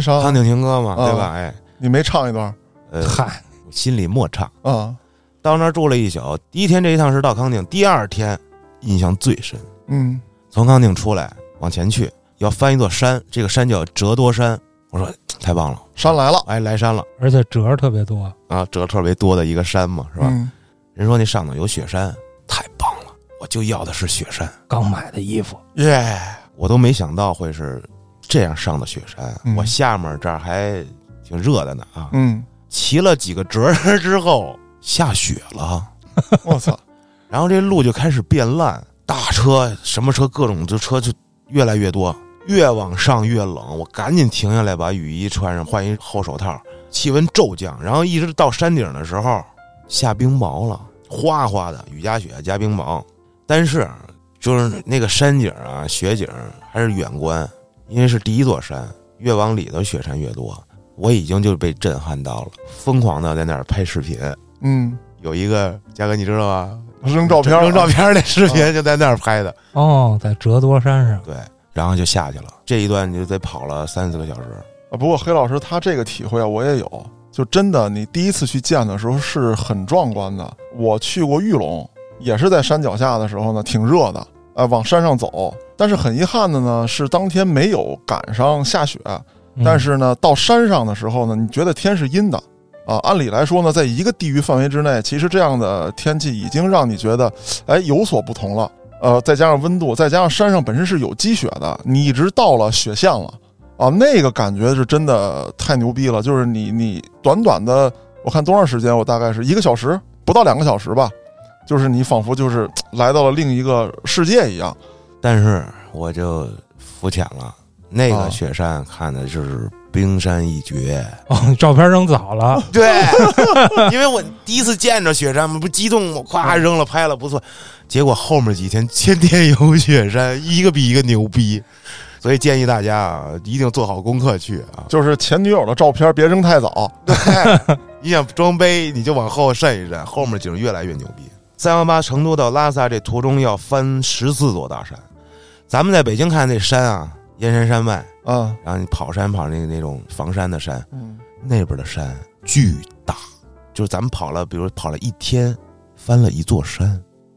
Speaker 1: 康
Speaker 2: 上，
Speaker 1: 定情歌嘛，
Speaker 2: 啊
Speaker 1: 对吧？哎，
Speaker 2: 你没唱一段
Speaker 1: 呃，
Speaker 3: 嗨，
Speaker 1: 心里默唱。
Speaker 2: 啊？
Speaker 1: 到那儿住了一宿，第一天这一趟是到康定，第二天印象最深。
Speaker 2: 嗯，
Speaker 1: 从康定出来往前去，要翻一座山，这个山叫折多山。我说太棒了，
Speaker 2: 山来了，
Speaker 1: 哎，来山了
Speaker 3: 而且折儿特别多。
Speaker 1: 啊，折特别多的一个山嘛，是吧？
Speaker 2: 嗯
Speaker 1: 人说那上头有雪山，太棒了，我就要的是雪山。
Speaker 3: 刚买的衣服，
Speaker 2: 耶，
Speaker 1: 我都没想到会是这样上的雪山，
Speaker 2: 嗯
Speaker 1: 我下面这儿还挺热的呢啊。
Speaker 2: 嗯，
Speaker 1: 骑了几个折儿之后，下雪了。
Speaker 2: 我操，
Speaker 1: 然后这路就开始变烂，大车什么车各种的车就越来越多，越往上越冷。我赶紧停下来，把雨衣穿上，换一厚手套，气温骤降。然后一直到山顶的时候，下冰雹了，哗哗的雨夹雪加冰雹。但是就是那个山景啊，雪景还是远观，因为是第一座山，越往里头雪山越多。我已经就被震撼到了，疯狂的在那儿拍视频。
Speaker 2: 嗯，
Speaker 1: 有一个嘉哥，你知道吗？
Speaker 2: 扔照片，啊
Speaker 1: 扔照，片儿那视频就在那儿拍的，
Speaker 3: 哦，在折多山上，
Speaker 1: 对，然后就下去了。这一段你就得跑了三四个小时，
Speaker 2: 啊，不过黑老师他这个体会啊，我也有，就真的你第一次去见的时候是很壮观的。我去过玉龙，也是在山脚下的时候呢，挺热的，呃，往山上走。但是很遗憾的呢，是当天没有赶上下雪，
Speaker 3: 嗯
Speaker 2: 但是呢，到山上的时候呢，你觉得天是阴的啊？按理来说呢，在一个地域范围之内，其实这样的天气已经让你觉得，哎，有所不同了。呃，再加上温度，再加上山上本身是有积雪的，你一直到了雪线了啊，那个感觉是真的太牛逼了。就是你你短短的，我看多长时间，我大概是一个小时，不到两个小时吧，就是你仿佛就是来到了另一个世界一样。
Speaker 1: 但是我就肤浅了。那
Speaker 2: 啊
Speaker 1: 个雪山看的就是冰山一角，
Speaker 3: 哦， 照片扔早了，
Speaker 1: 对，因为我第一次见着雪山嘛，不激动吗？咵扔了拍了，不错。结果后面几天天天有雪山，一个比一个牛逼，所以建议大家啊，一定做好功课去啊。
Speaker 2: 就是前女友的照片别扔太早，
Speaker 1: 对，你想装杯，你就往后渗一渗，后面景越来越牛逼。三幺八成都到拉萨这途中要翻十四座大山，咱们在北京看那山啊，燕山山脉，
Speaker 2: 啊，
Speaker 1: 然后你跑山跑那个那种房山的山，
Speaker 2: 嗯，
Speaker 1: 那边的山巨大，就是咱们跑了，比如跑了一天，翻了一座山，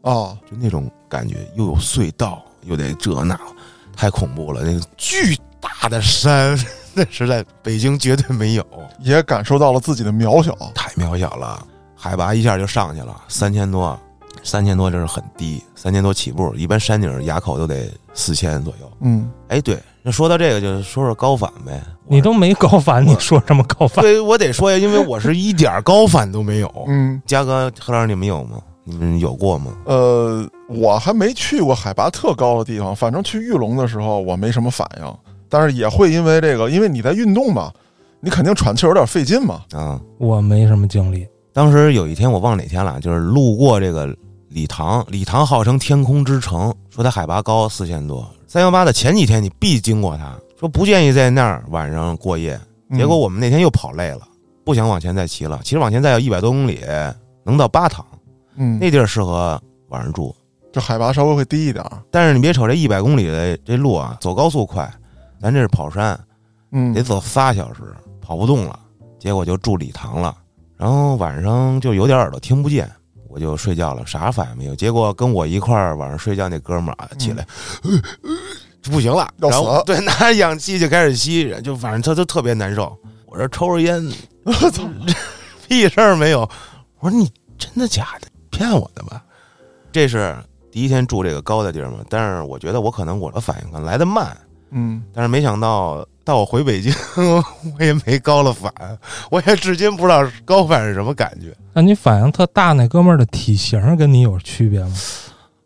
Speaker 2: 啊，
Speaker 1: 就那种感觉，又有隧道，又得这那，太恐怖了，那个巨大的山， 那是在北京绝对没有。
Speaker 2: 也感受到了自己的渺小。
Speaker 1: 太渺小了，海拔一下就上去了，三千多，三千多这是很低，三千多起步，一般山顶垭口都得四千左右。
Speaker 2: 嗯，
Speaker 1: 哎，对，那说到这个，就说说高反呗。
Speaker 3: 你都没高 反，你说什么高反？
Speaker 1: 对我得说呀，因为我是一点儿高反都没有。
Speaker 2: 嗯，
Speaker 1: 嘉哥、何老师，你们有吗？你们有过吗？
Speaker 2: 呃，我还没去过海拔特高的地方，反正去玉龙的时候我没什么反应，但是也会因为这个，因为你在运动嘛，你肯定喘气儿有点费劲嘛。
Speaker 1: 啊，
Speaker 3: 我没什么经历，
Speaker 1: 当时有一天我忘哪天了，就是路过这个礼堂，礼堂号称天空之城，说它海拔高四千多，三幺八的前几天你必经过它，说不建议在那儿晚上过夜，
Speaker 2: 嗯
Speaker 1: 结果我们那天又跑累了，不想往前再骑了。其实往前再要一百多公里，能到巴塘，
Speaker 2: 嗯，
Speaker 1: 那地儿适合晚上住。
Speaker 2: 就海拔稍微会低一点儿。
Speaker 1: 但是你别瞅这一百公里的这路啊，走高速快，咱这是跑山，
Speaker 2: 嗯
Speaker 1: 得走仨小时，跑不动了。结果就住礼堂了，然后晚上就有点耳朵听不见，我就睡觉了，啥反应没有。结果跟我一块儿晚上睡觉那哥们儿啊起来，不行了，
Speaker 2: 要
Speaker 1: 然
Speaker 2: 死
Speaker 1: 后
Speaker 2: 嗯了
Speaker 1: 对，拿着氧气就开始吸，就反正他都特别难受。我这抽着烟，
Speaker 2: 我操，
Speaker 1: 屁事儿没有。我说你真的假的？骗我的吧？这是第一天住这个高的地儿嘛，但是我觉得我可能我的反应可能来得慢，
Speaker 2: 嗯，
Speaker 1: 但是没想到到我回北京， 我也没高了反，我也至今不知道高反是什么感觉。
Speaker 3: 那你反应特大那哥们儿的体型跟你有区别吗？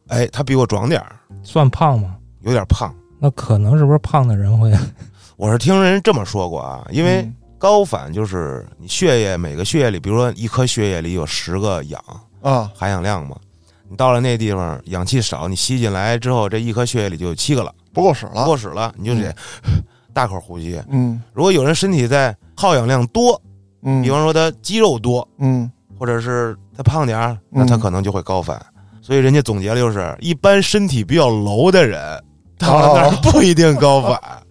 Speaker 1: 哎，他比我壮点儿，
Speaker 3: 算胖吗？
Speaker 1: 有点胖。
Speaker 3: 那可能是不是胖的人会
Speaker 1: 我是听人这么说过啊，因为
Speaker 2: 嗯
Speaker 1: 高反就是你血液每个血液里，比如说一颗血液里有十个氧
Speaker 2: 啊，
Speaker 1: 含氧量嘛，你到了那地方氧气少，你吸进来之后，这一颗血液里就有七个了，
Speaker 2: 不够使
Speaker 1: 不
Speaker 2: 了。
Speaker 1: 够使了，你就得 大口呼吸。
Speaker 2: 嗯
Speaker 1: 如果有人身体在耗氧量多，
Speaker 2: 嗯，
Speaker 1: 比方说他肌肉多，
Speaker 2: 嗯
Speaker 1: 或者是他胖点儿，那他
Speaker 2: 嗯
Speaker 1: 可能就会高反。所以人家总结了，就是一般身体比较柔的人，到了那儿
Speaker 2: 哦
Speaker 1: 不一定高反。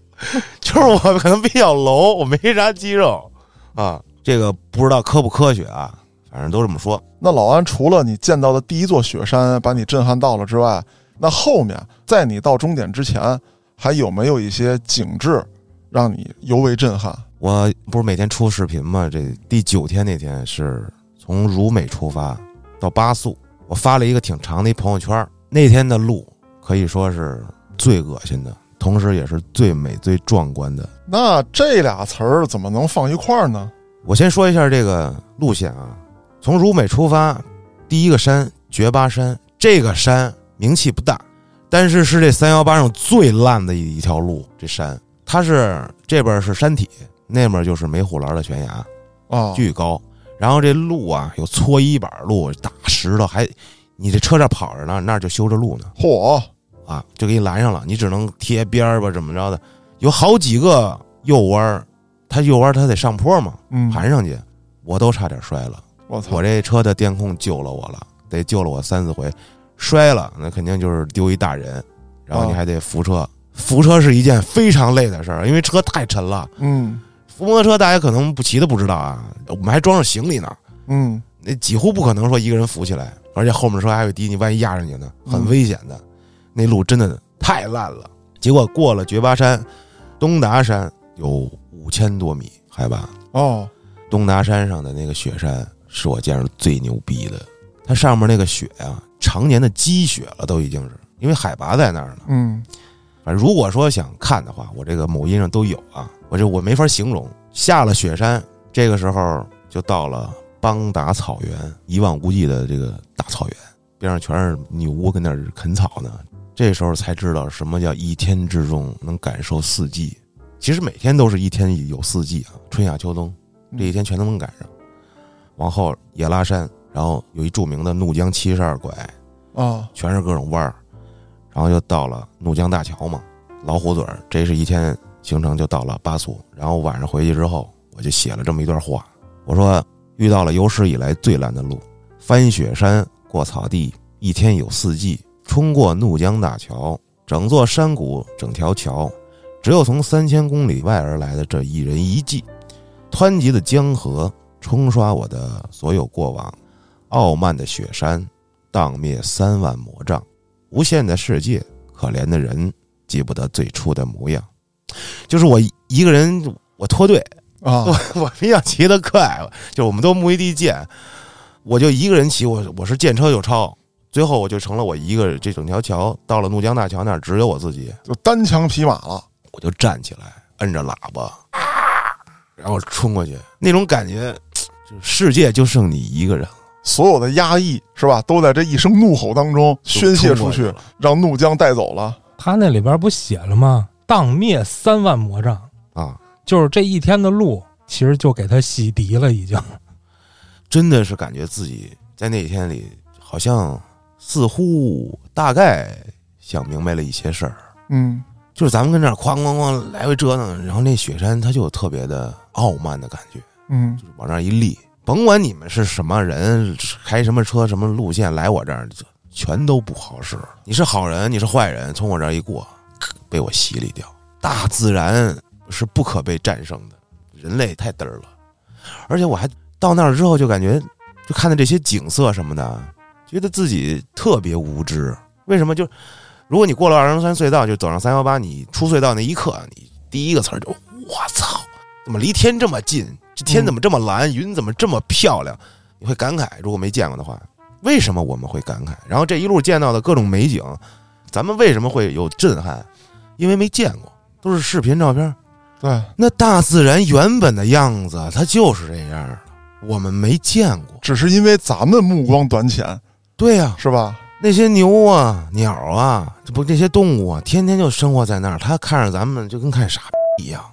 Speaker 1: 就是我可能比较柔，我没啥肌肉啊。这个不知道科不科学啊，反正都这么说。
Speaker 2: 那老安除了你见到的第一座雪山把你震撼到了之外，那后面在你到终点之前，还有没有一些景致让你尤为震撼？
Speaker 1: 我不是每天出视频吗？这第九天那天是从如美出发到巴素，我发了一个挺长的一朋友圈儿。那天的路可以说是最恶心的，同时也是最美、最壮观的。
Speaker 2: 那这俩词儿怎么能放一块儿呢？
Speaker 1: 我先说一下这个路线啊，从如美出发，第一个山觉巴山，这个山名气不大，但是是这三幺八上最烂的一一条路。这山，它是这边是山体，那边就是没护栏的悬崖，
Speaker 2: 啊，
Speaker 1: 巨高。然后这路啊，有搓衣板路，大石头，还你这车这跑着呢，那儿就修着路呢，
Speaker 2: 嚯，
Speaker 1: 啊，就给你拦上了，你只能贴边儿吧，怎么着的？有好几个右弯儿，它右弯儿它得上坡嘛，
Speaker 2: 嗯，
Speaker 1: 盘上去，我都差点摔了。
Speaker 2: 我操，
Speaker 1: 我这车的电控救了我了，得救了我三四回，摔了那肯定就是丢一大人，然后你
Speaker 2: 哦
Speaker 1: 还得扶车。扶车是一件非常累的事儿，因为车太沉了。
Speaker 2: 嗯
Speaker 1: 扶摩托车大家可能不骑的不知道啊，我们还装着行李呢，
Speaker 2: 嗯，
Speaker 1: 那几乎不可能说一个人扶起来，而且后面车还有滴，你万一压上去呢，很
Speaker 2: 嗯
Speaker 1: 危险的。那路真的太烂了。结果过了觉巴山，东达山有五千多米海拔，
Speaker 2: 哦，
Speaker 1: 东达山上的那个雪山是我见着最牛逼的，它上面那个雪啊，常年的积雪了，都已经是因为海拔在那儿呢。
Speaker 2: 嗯
Speaker 1: 反正如果说想看的话，我这个某音上都有啊，我这我没法形容。下了雪山，这个时候就到了邦达草原，一望无际的这个大草原，边上全是牛跟那儿啃草呢。这时候才知道什么叫一天之中能感受四季。其实每天都是一天有四季啊，春夏秋冬，这一天全都能赶上。往后也拉山，然后有一著名的怒江七十二拐，
Speaker 2: 啊，
Speaker 1: 全是各种弯儿，然后就到了怒江大桥嘛，老虎嘴儿，这是一天行程就到了巴苏。然后晚上回去之后，我就写了这么一段话，我说遇到了有史以来最烂的路，翻雪山，过草地，一天有四季，冲过怒江大桥，整座山谷，整条桥，只有从三千公里外而来的这一人一骑，湍急的江河冲刷我的所有过往，傲慢的雪山。荡灭三万魔障，无限的世界，可怜的人记不得最初的模样。就是我一个人，我脱队，
Speaker 2: 啊，
Speaker 1: 我我比较骑得快，就是我们都目的地见，我就一个人骑，我我是见车就超，最后我就成了我一个人这整条桥到了怒江大桥那儿只有我自己，
Speaker 2: 就单枪匹马了，
Speaker 1: 我就站起来，摁着喇叭，啊然后冲过去，那种感觉，就世界就剩你一个人了，
Speaker 2: 所有的压抑是吧，都在这一声怒吼当中
Speaker 1: 就
Speaker 2: 宣泄
Speaker 1: 冲
Speaker 2: 出
Speaker 1: 过
Speaker 2: 去
Speaker 1: 了，
Speaker 2: 让怒江带走了。
Speaker 3: 他那里边不写了吗？荡灭三万魔障，
Speaker 1: 啊！
Speaker 3: 就是这一天的路，其实就给他洗涤了，已经。
Speaker 1: 真的是感觉自己在那一天里，好像似乎大概想明白了一些事儿。
Speaker 2: 嗯
Speaker 1: 就是咱们跟这儿哐哐哐来回折腾，然后那雪山它就有特别的傲慢的感觉，
Speaker 2: 嗯
Speaker 1: 就是往那儿一立，甭管你们是什么人，开什么车、什么路线来我这儿，全都不好使。你是好人，你是坏人，从我这儿一过，被我洗礼掉。大自然是不可被战胜的，人类太嘚儿了。而且我还到那儿之后就感觉，就看到这些景色什么的，觉得自己特别无知。为什么？就如果你过了二零三隧道，就走上三幺八，你出隧道那一刻，你第一个词儿就我操，怎么离天这么近？这天怎么这么蓝？云怎么这么漂亮？你会感慨，如果没见过的话，为什么我们会感慨？然后这一路见到的各种美景，咱们为什么会有震撼？因为没见过，都都是视频照片。
Speaker 2: 对，
Speaker 1: 那大自然原本的样子，它就是这样儿的，我们没见过。
Speaker 2: 只是因为咱们目光短浅，
Speaker 1: 对呀、
Speaker 2: 是吧？
Speaker 1: 那些牛啊、鸟啊，这不这些动物啊，天天就生活在那儿，它看着咱们就跟看傻逼一样，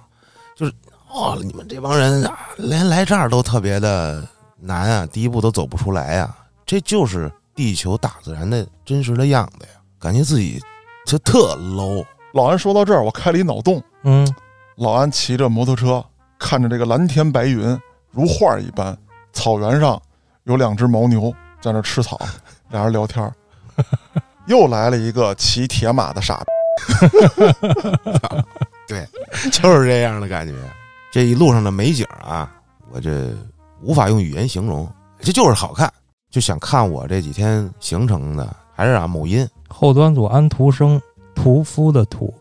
Speaker 1: 就是哦，你们这帮人啊，连来这儿都特别的难啊，第一步都走不出来啊，这就是地球大自然的真实的样子呀，感觉自己就特 low。啊
Speaker 2: 老安说到这儿，我开了一脑洞。
Speaker 3: 嗯，
Speaker 2: 老安骑着摩托车，看着这个蓝天白云如画儿一般，草原上有两只牦牛在那儿吃草， 俩人聊 天儿。又来了一个骑铁马的傻逼，
Speaker 1: 就是这样的感觉。这一路上的美景啊，我这无法用语言形容，这就是好看。就想看我这几天行程的，还是啊某音，
Speaker 3: 后端组安徒生，屠夫的屠，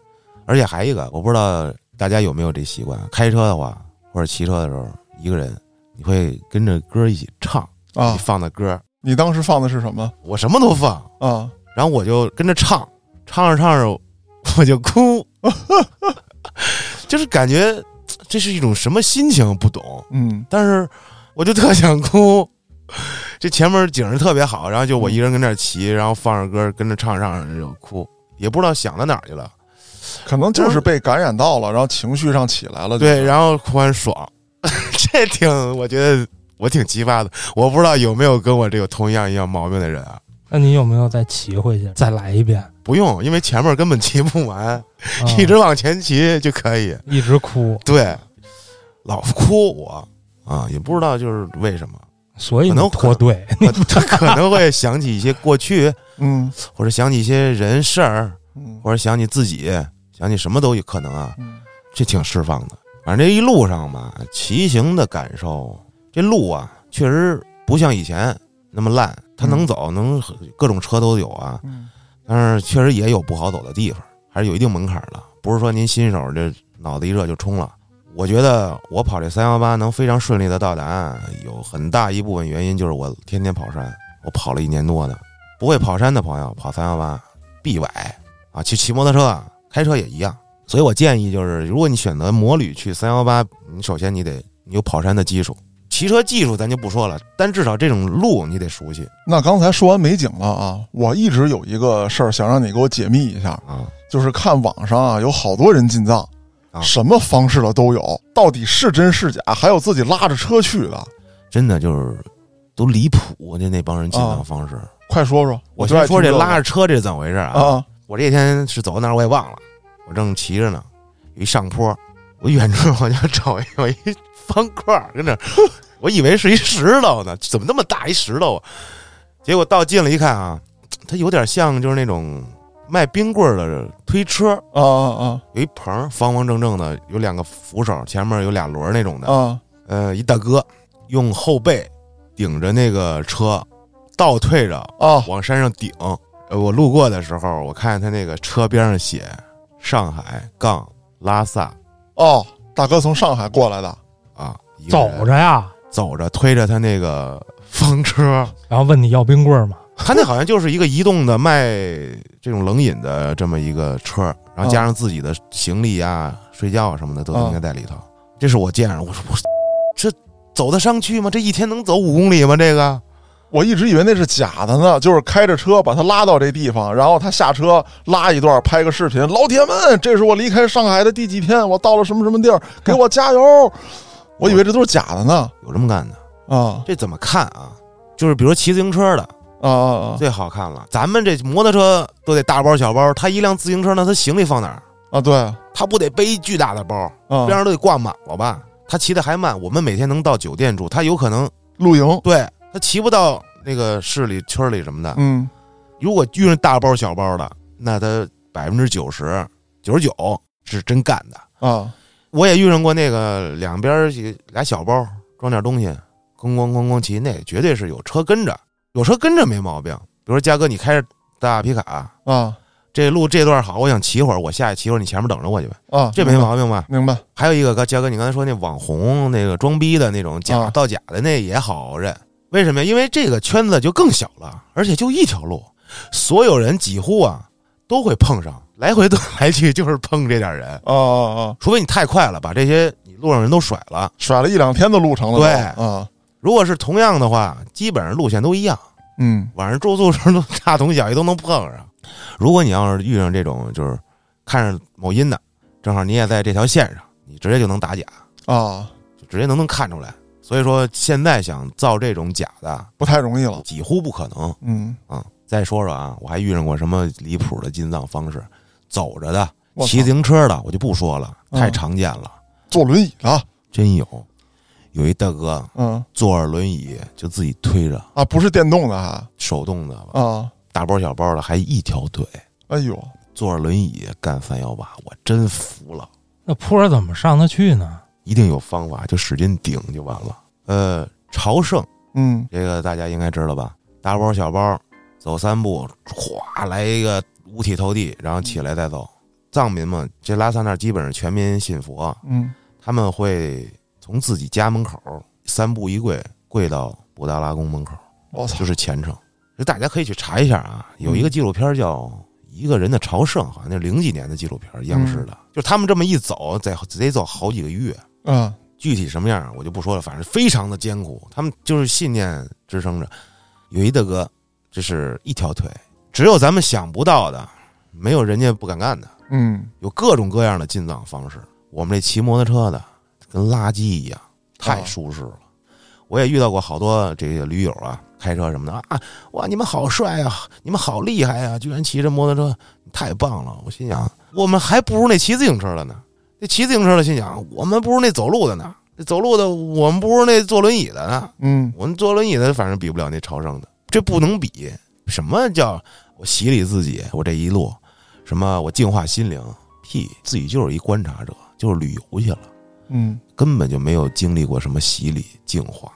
Speaker 1: 而且还一个，我不知道大家有没有这习惯，开车的话或者骑车的时候，一个人你会跟着歌一起唱，
Speaker 2: 啊
Speaker 1: 你！放的歌，
Speaker 2: 你当时放的是什么
Speaker 1: 我什么都放，
Speaker 2: 啊？
Speaker 1: 然后我就跟着唱，唱着唱着我就哭， 就是感觉这是一种什么心情不懂，
Speaker 2: 嗯，
Speaker 1: 但是我就特想哭。 这前面景儿特别好，然后就我一个人跟那儿骑，然后放着歌跟着唱唱着就哭，也不知道想到哪儿去了。
Speaker 2: 可能就是被感染到了，然后情绪上起来了。就是
Speaker 1: 对，，然后哭完爽， 这挺我觉得我挺奇葩的。我不知道有没有跟我这个同样一样毛病的人啊？
Speaker 3: 那你有没有再骑回去，再来一遍？ 啊
Speaker 1: 不用，因为前面根本骑不完，
Speaker 3: 嗯
Speaker 1: 一直往前骑就可以。
Speaker 3: 一直哭，
Speaker 1: 对，老哭我啊，也不知道就是为什么，
Speaker 3: 所以
Speaker 1: 可能
Speaker 3: 你脱队。
Speaker 1: 我可能会想起一些过去，
Speaker 2: 嗯
Speaker 1: 或者想起一些人事儿，
Speaker 2: 嗯
Speaker 1: 或者想起自己，想起什么都有可能啊，
Speaker 2: 嗯
Speaker 1: 这挺释放的。反正这一路上吧，骑行的感受，这路啊，确实不像以前那么烂，它能走，能各种车都有啊，
Speaker 2: 嗯，
Speaker 1: 但是确实也有不好走的地方，还是有一定门槛的，不是说您新手这脑子一热就冲了。我觉得我跑这三幺八能非常顺利的到达，有很大一部分原因就是我天天跑山，我跑了一年多的。不会跑山的朋友跑三幺八必崴啊！骑骑摩托车啊，开车也一样。所以我建议就是，如果你选择摩旅去三幺八，你首先你得你有跑山的基础，骑车技术咱就不说了，但至少这种路你得熟悉
Speaker 2: 那刚才说完美景了啊，我一直有一个事儿想让你给我解密一下。
Speaker 1: 啊。
Speaker 2: 就是看网上啊，有好多人进藏，
Speaker 1: 啊
Speaker 2: 什么方式的都有，到底是真是假，还有自己拉着车去的，
Speaker 1: 真的就是都离谱，就那帮人进藏方式。
Speaker 2: 快说说。
Speaker 1: 我
Speaker 2: 啊就爱
Speaker 1: 先说这
Speaker 2: 听个
Speaker 1: 拉着车这怎么回事啊？
Speaker 2: 啊，
Speaker 1: 我这天是走到哪儿我也忘了，我正骑着呢，有一上坡，我远处我就找一有一方块儿跟那儿，我以为是一石头呢，怎么那么大一石头啊？结果到近了一看啊，它有点像就是那种卖冰棍儿的推车，
Speaker 2: 啊啊
Speaker 1: 有一棚儿方方正正的，有两个扶手，前面有俩轮儿那种
Speaker 2: 啊
Speaker 1: 的，
Speaker 2: 啊！
Speaker 1: 呃，一大哥用后背顶着那个车，倒退着
Speaker 2: 啊！
Speaker 1: 往山上顶。呃，我路过的时候，我看见他那个车边上写“上海杠拉萨
Speaker 2: 哦，大哥从上海过来的，”
Speaker 1: 啊，一个
Speaker 3: 走
Speaker 1: 人
Speaker 3: 着呀，
Speaker 1: 走着推着他那个风车，
Speaker 3: 然后问你要冰棍儿吗？
Speaker 1: 他那好像就是一个移动的卖这种冷饮的这么一个车，然后加
Speaker 3: 嗯
Speaker 1: 上自己的行李啊、睡觉啊什么的都应该在里头。这是我见着，我说我这走得上去吗？这一天能走五公里吗？这个？
Speaker 2: 我一直以为那是假的呢，就是开着车把他拉到这地方，然后他下车拉一段，拍个视频。老铁们，这是我离开上海的第几天，我到了什么什么地儿，给我加油！我以为这都是假的呢。
Speaker 1: 有这么干的？
Speaker 2: 啊
Speaker 1: 这怎么看啊？就是比如骑自行车的
Speaker 2: 啊啊
Speaker 1: 最好看了，咱们这摩托车都得大包小包，他一辆自行车呢，他行李放哪儿？
Speaker 2: 啊！对啊
Speaker 1: 他不得背一巨大的包，
Speaker 2: 哦
Speaker 1: 边上都得挂满了吧？他骑的还慢，我们每天能到酒店住，他有可能
Speaker 2: 露营，
Speaker 1: 对他骑不到那个市里、村里什么的。
Speaker 2: 嗯。
Speaker 1: 如果遇上大包小包的，那他百分之九十、九十九是真干的。
Speaker 2: 啊
Speaker 1: 我也遇上过那个两边儿一俩小包装点东西，咣咣咣咣骑，那绝对是有车跟着，有车跟着没毛病。比如说嘉哥，你开着大皮卡，
Speaker 2: 啊
Speaker 1: 这路这段好，我想骑会儿，我下去骑会儿，你前面等着我去呗，
Speaker 2: 啊！
Speaker 1: 这没毛病吧？
Speaker 2: 明白，明白
Speaker 1: 还有一个哥，嘉哥，你刚才说那网红那个装逼的那种假
Speaker 2: 啊
Speaker 1: 造假的那也好认，为什么呀？因为这个圈子就更小了，而且就一条路，所有人几乎啊都会碰上， 来回蹬来去就是碰这点人，
Speaker 2: 啊啊啊！
Speaker 1: 除非你太快了，把这些你路上人都甩了。
Speaker 2: 甩了一两天的路程了都，
Speaker 1: 对
Speaker 2: 啊，
Speaker 1: 如果是同样的话，基本上路线都一样，
Speaker 2: 嗯
Speaker 1: 晚上住宿时候都大同小异都能碰上。如果你要是遇上这种就是看上某音的，正好你也在这条线上，你直接就能打假，
Speaker 2: 啊，
Speaker 1: 就直接能能看出来。所以说现在想造这种假的
Speaker 2: 不太容易了，
Speaker 1: 几乎不可能
Speaker 2: 嗯，
Speaker 1: 啊、再说说啊，我还遇上过什么离谱的进藏方式，走着的、
Speaker 2: 我操
Speaker 1: 骑自行车的，我就不说了，
Speaker 2: 嗯
Speaker 1: 太常见了，
Speaker 2: 坐轮椅
Speaker 1: 啊
Speaker 2: 了，
Speaker 1: 真有。有一大哥
Speaker 2: 嗯
Speaker 1: 坐着轮椅就自己推着，
Speaker 2: 啊，不是电动的还
Speaker 1: 手动的吧，
Speaker 2: 啊，
Speaker 1: 大包小包的，还一条腿，
Speaker 2: 哎呦，
Speaker 1: 坐着轮椅干三幺八，我真服了。
Speaker 3: 那坡儿怎么上得去呢？
Speaker 1: 一定有方法，就使劲顶就完了。呃，朝圣
Speaker 2: 嗯，
Speaker 1: 这个大家应该知道吧？大包小包走三步，唰来一个五体投地，然后起来再走。藏民们，这拉萨那儿基本上全民信佛，
Speaker 2: 嗯，
Speaker 1: 他们会从自己家门口三步一跪，跪到布达拉宫门口。
Speaker 2: 我操
Speaker 1: 就，是虔诚。就大家可以去查一下啊，有一个纪录片叫《一个人的朝圣》，好像那零几年的纪录片，央视的。就他们这么一走，得得走好几个月，
Speaker 2: 啊，
Speaker 1: 具体什么样我就不说了，反正非常的艰苦。他们就是信念支撑着。有一大哥，这是一条腿，只有咱们想不到的，没有人家不敢干的，
Speaker 2: 嗯，
Speaker 1: 有各种各样的进藏方式。我们这骑摩托车的跟垃圾一样，太舒适了。我也遇到过好多这个驴友啊，开车什么的啊，哇，你们好帅啊，你们好厉害啊，居然骑着摩托车，太棒了！我心想，我们还不如那骑自行车的呢。那骑自行车的心想，我们不如那走路的呢。那走路的，我们不如那坐轮椅的呢。
Speaker 2: 嗯，
Speaker 1: 我们坐轮椅的，反正比不了那朝圣的，这不能比。什么叫我洗礼自己？我这一路，什么我净化心灵？屁，自己就是一观察者，就是旅游去了。
Speaker 2: 嗯，
Speaker 1: 根本就没有经历过什么洗礼净化，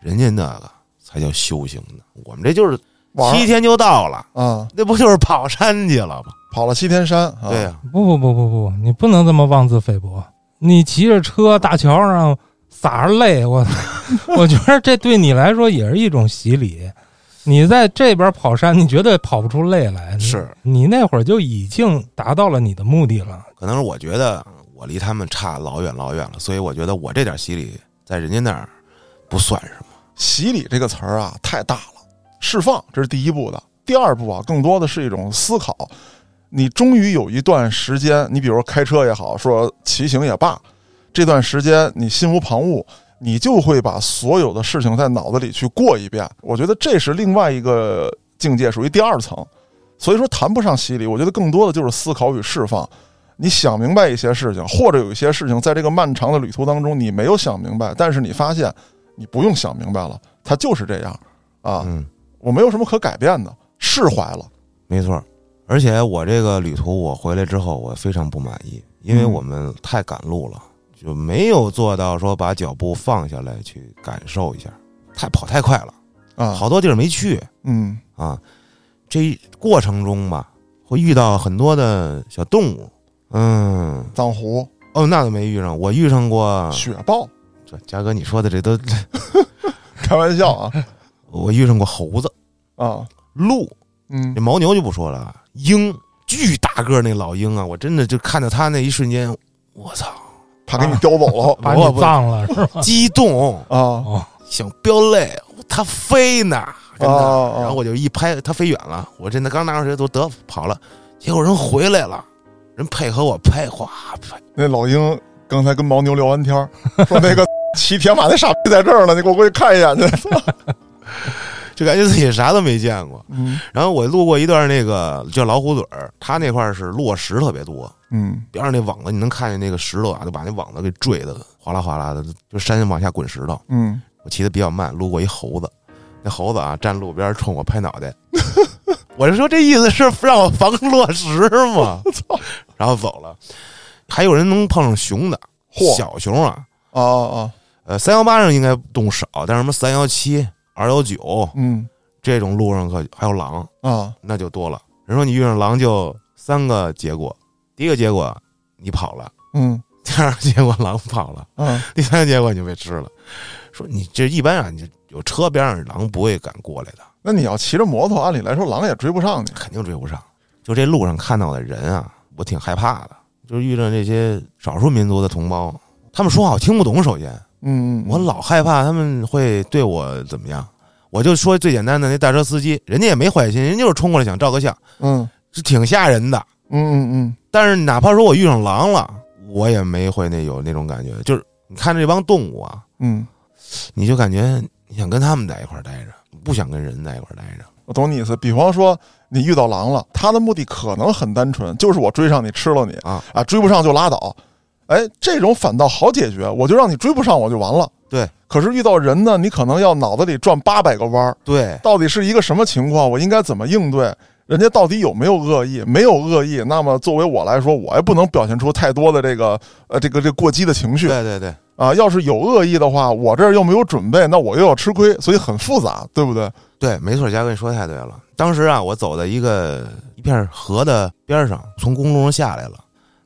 Speaker 1: 人家那个才叫修行呢。我们这就是
Speaker 2: 玩
Speaker 1: 七
Speaker 2: 儿
Speaker 1: 天就到了，
Speaker 2: 啊，
Speaker 1: 那不就是跑山去了吗？
Speaker 2: 跑了七天山，啊
Speaker 1: 对呀、
Speaker 3: 不不不不不，你不能这么妄自菲薄。你骑着车大桥上洒着泪，我 我觉得这对你来说也是一种洗礼。你在这边跑山，你绝对跑不出泪来。你
Speaker 1: 是
Speaker 3: 你那会儿就已经达到了你的目的了。
Speaker 1: 可能是我觉得我离他们差老远老远了，所以我觉得我这点洗礼在人家那儿不算什么。
Speaker 2: 洗礼这个词儿啊太大了，释放这是第一步的，第二步啊更多的是一种思考。你终于有一段时间，你比如说开车也好，说骑行也罢，这段时间你心无旁骛，你就会把所有的事情在脑子里去过一遍。我觉得这是另外一个境界，属于第二层。所以说谈不上洗礼，我觉得更多的就是思考与释放。你想明白一些事情，或者有一些事情在这个漫长的旅途当中你没有想明白，但是你发现你不用想明白了，它就是这样啊，
Speaker 1: 嗯，
Speaker 2: 我没有什么可改变的，释怀了。
Speaker 1: 没错。而且我这个旅途我回来之后，我非常不满意，因为
Speaker 2: 嗯
Speaker 1: 我们太赶路了，就没有做到说把脚步放下来去感受一下，太跑太快了，
Speaker 2: 啊，，
Speaker 1: 好多地儿没去。
Speaker 2: 嗯
Speaker 1: 啊，这过程中吧，会遇到很多的小动物。嗯，
Speaker 2: 藏狐、
Speaker 1: 哦，那都没遇上，我遇上过。
Speaker 2: 雪豹，
Speaker 1: 这嘉哥，你说的这都，
Speaker 2: 开玩笑啊
Speaker 1: 我遇上过猴子、
Speaker 2: 啊，
Speaker 1: 鹿，
Speaker 2: 嗯
Speaker 1: 这牦牛就不说了啊，鹰，巨大个儿那老鹰啊，我真的就看到它那一瞬间，我操，
Speaker 2: 怕给你叼走 了
Speaker 3: 把
Speaker 1: 不
Speaker 3: 你
Speaker 1: 不
Speaker 3: 葬了是吧？
Speaker 1: 激动
Speaker 2: 啊
Speaker 3: 哦，
Speaker 1: 想飙泪，它飞呢， 真的。
Speaker 2: 啊
Speaker 1: 然后我就一拍，它飞远了，我真的刚拿上水都得跑了，结果人回来了，人配合我拍，哗拍。
Speaker 2: 那老鹰刚才跟牦牛聊 完天儿，说那个 骑铁马那傻逼在这儿呢，你给我过去看一 眼去。
Speaker 1: 就感觉自己啥都没见过。
Speaker 2: 嗯
Speaker 1: 然后我路过一段那个叫老虎嘴儿，它那块儿是落石特别多，
Speaker 2: 嗯，
Speaker 1: 边上那网子你能看见那个石头啊，就把那网子给坠的哗啦哗啦的，就山往下滚石头。
Speaker 2: 嗯，
Speaker 1: 我骑的比较慢，路过一猴子，那猴子啊站路边儿冲我拍脑袋，我就说这意思是让我防 落石吗？然后走了。还有人能碰上熊的，
Speaker 2: 嚯
Speaker 1: 小熊啊，
Speaker 2: 啊啊，
Speaker 1: 呃，三幺八上应该动少，但是什么三幺七、二幺九
Speaker 2: 嗯
Speaker 1: 这种路上可还有狼，
Speaker 2: 啊，
Speaker 1: 那就多了。人说你遇上狼就三个结果，第一个结果你跑了，
Speaker 2: 嗯
Speaker 1: 第二个结果狼跑了，
Speaker 2: 啊，
Speaker 1: 第三个结果你就被吃了。说你这一般啊，你这有车边上狼不会敢过来的，
Speaker 2: 那你要骑着摩托，按理来说狼也追不上你。
Speaker 1: 肯定追不上。就就这路上看到的人啊，我挺害怕的。就是遇着这些少数民族的同胞，他们说话我听不懂。首先，
Speaker 2: 嗯，嗯
Speaker 1: 我老害怕他们会对我怎么样。我就说最简单的，那大车司机，人家也没坏心，人就是冲过来想照个相，
Speaker 2: 嗯
Speaker 1: 是挺吓人的。
Speaker 2: 嗯嗯嗯，
Speaker 1: 但是哪怕说我遇上狼了，我也没会那有那种感觉。就是你看这帮动物啊，
Speaker 2: 嗯，
Speaker 1: 你就感觉你想跟他们在一块儿待着，不想跟人在一块儿待着。
Speaker 2: 我懂你意思。比方说，你遇到狼了，它的目的可能很单纯，就是我追上你吃了你
Speaker 1: 啊
Speaker 2: 啊，追不上就拉倒。哎，这种反倒好解决，我就让你追不上我就完了。
Speaker 1: 对。
Speaker 2: 可是遇到人呢，你可能要脑子里转八百个弯儿，
Speaker 1: 对，
Speaker 2: 到底是一个什么情况，我应该怎么应对？人家到底有没有恶意？没有恶意，那么作为我来说，我也不能表现出太多的这个呃这个这个过激的情绪
Speaker 1: 对对对，
Speaker 2: 啊。要是有恶意的话，我这儿又没有准备，那我又要吃亏，所以很复杂，对不对？
Speaker 1: 对，没错，嘉哥你说太对了。当时啊，我走在一个一片河的边上，从公路上下来了，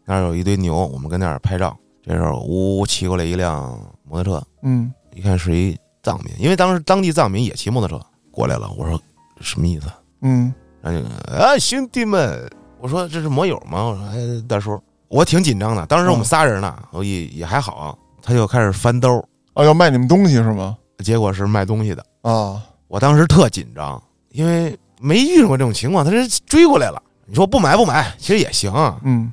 Speaker 1: 那儿有一堆牛，我们跟那儿拍照。这时候呜呜骑过来一辆摩托车，
Speaker 2: 嗯
Speaker 1: 一看是一藏民，因为当时当地藏民也骑摩托车过来了。我说什么意思？
Speaker 2: 嗯
Speaker 1: 然后就啊，兄弟们，我说这是摩友吗？我说哎，大叔，我挺紧张的。当时我们仨人呢，我也也还好。他就开始翻兜，
Speaker 2: 啊，要卖你们东西是吗？
Speaker 1: 结果是卖东西的。
Speaker 2: 啊，
Speaker 1: 我当时特紧张，因为没遇上过这种情况，他是追过来了。你说不买不买，其实也行。
Speaker 2: 嗯，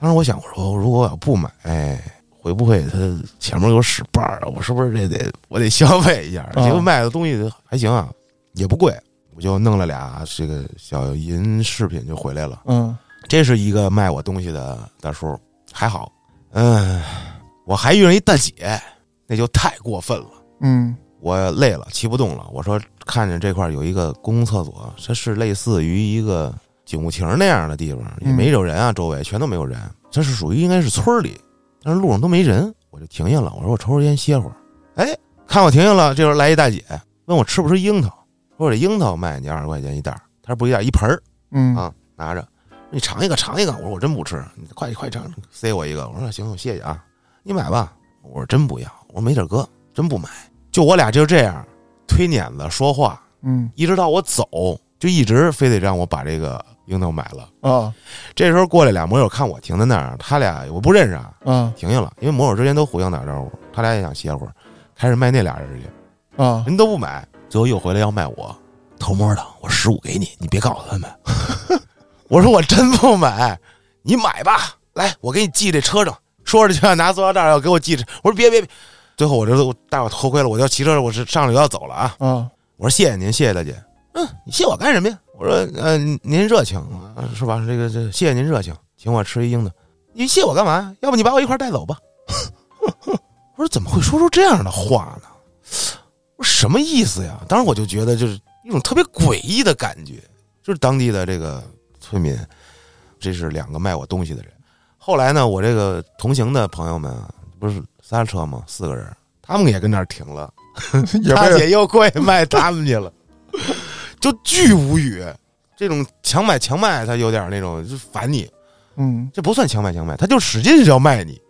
Speaker 1: 当时我想，我说如果我要不买，哎会不会他前面有使绊儿啊？我是不是这得我得消费一下？
Speaker 2: 啊
Speaker 1: 结果卖的东西还行啊，也不贵，我就弄了俩这个小银饰品就回来了。
Speaker 2: 嗯
Speaker 1: 这是一个卖我东西的大叔，还好。嗯，我还遇上一大姐，那就太过分了。
Speaker 2: 嗯
Speaker 1: 我累了，骑不动了。我说看见这块儿有一个公共厕所，它是类似于一个警务亭那样的地方，也没有人啊，周围全都没有人。这是属于应该是村儿里，但是路上都没人，我就停下了。我说我抽抽烟歇会儿。哎，看我停下了，这时候来一大姐问我吃不吃樱桃，说哎我这樱桃卖你二十块钱一袋儿，她说不一袋儿一盆儿
Speaker 2: 嗯
Speaker 1: 啊，拿着你尝一个尝一个。我说我真不吃，你快快尝，塞我一个。我说行，我谢谢啊，你买吧。我说真不要，我说没地儿搁，真不买。就我俩就这样推碾子说话，
Speaker 2: 嗯
Speaker 1: 一直到我走，就一直非得让我把这个樱桃买了。
Speaker 2: 啊
Speaker 1: 这时候过来俩摩友看我停在那儿，他俩我不认识啊，
Speaker 2: 啊
Speaker 1: 停下了，因为摩友之间都互相打招呼，他俩也想歇会儿，开始卖那俩人去，
Speaker 2: 啊！
Speaker 1: 人都不买，最后又回来要卖我，偷摸的，我十五给你，你别告诉他们。 我说我真不买，你买吧，来，我给你系这车上。说着就要拿塑料袋要给我系着，我说别别别，最后我这我戴我头盔了，我就要骑车，我是上来就要走了啊。
Speaker 2: 啊，
Speaker 1: 我说谢谢您，谢谢大姐。嗯，你谢我干什么呀？我说，呃，您热情呃是吧？这个这谢谢您热情，请我吃一樱桃。你谢我干嘛呀？要不你把我一块儿带走吧？ 我说怎么会说出这样的话呢？我说什么意思呀？当时我就觉得就是一种特别诡异的感觉，就是当地的这个村民，这是两个卖我东西的人。后来呢，我这个同行的朋友们啊，不是仨车吗？四个人，他们也跟那儿停了。
Speaker 2: 也
Speaker 1: 他
Speaker 2: 被
Speaker 1: 姐又过去卖他们去了， 就巨无语。这种强买强卖，他有点那种就烦你，
Speaker 2: 嗯
Speaker 1: 这不算强买强卖，他就使劲就要卖你。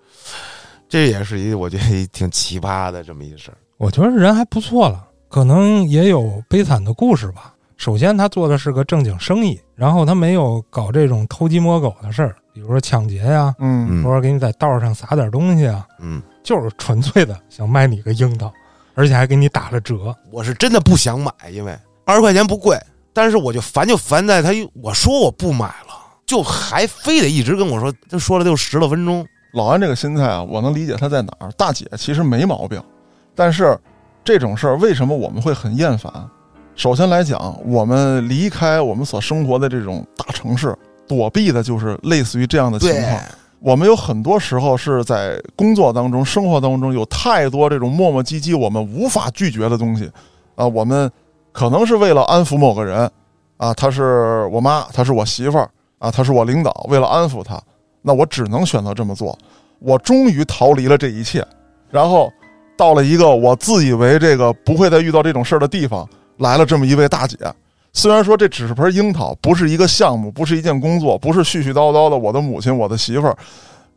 Speaker 1: 这也是一我觉得一挺奇葩的这么一事儿。
Speaker 3: 我觉得人还不错了，可能也有悲惨的故事吧。首先，他做的是个正经生意，然后他没有搞这种偷鸡摸狗的事儿，比如说抢劫呀、
Speaker 2: 嗯
Speaker 1: 嗯
Speaker 3: 偶尔给你在道上撒点东西啊，
Speaker 1: 嗯，
Speaker 3: 就是纯粹的想卖你个樱桃，而且还给你打了折。
Speaker 1: 我是真的不想买，因为二十块钱不贵，但是我就烦就烦在他一我说我不买了，就还非得一直跟我说，就说了就十来分钟。
Speaker 2: 老安这个心态啊，我能理解他在哪儿。大姐其实没毛病，但是这种事儿为什么我们会很厌烦？首先来讲，我们离开我们所生活的这种大城市，躲避的就是类似于这样的情
Speaker 1: 对
Speaker 2: 况。我们有很多时候是在工作当中、生活当中有太多这种磨磨唧唧，我们无法拒绝的东西，啊，我们可能是为了安抚某个人，啊，她是我妈，她是我媳妇儿，啊，她是我领导，为了安抚她，那我只能选择这么做。我终于逃离了这一切，然后到了一个我自以为这个不会再遇到这种事儿的地方，来了这么一位大姐。虽然说这只是盆樱桃，不是一个项目，不是一件工作，不是絮絮叨叨的我的母亲、我的媳妇儿，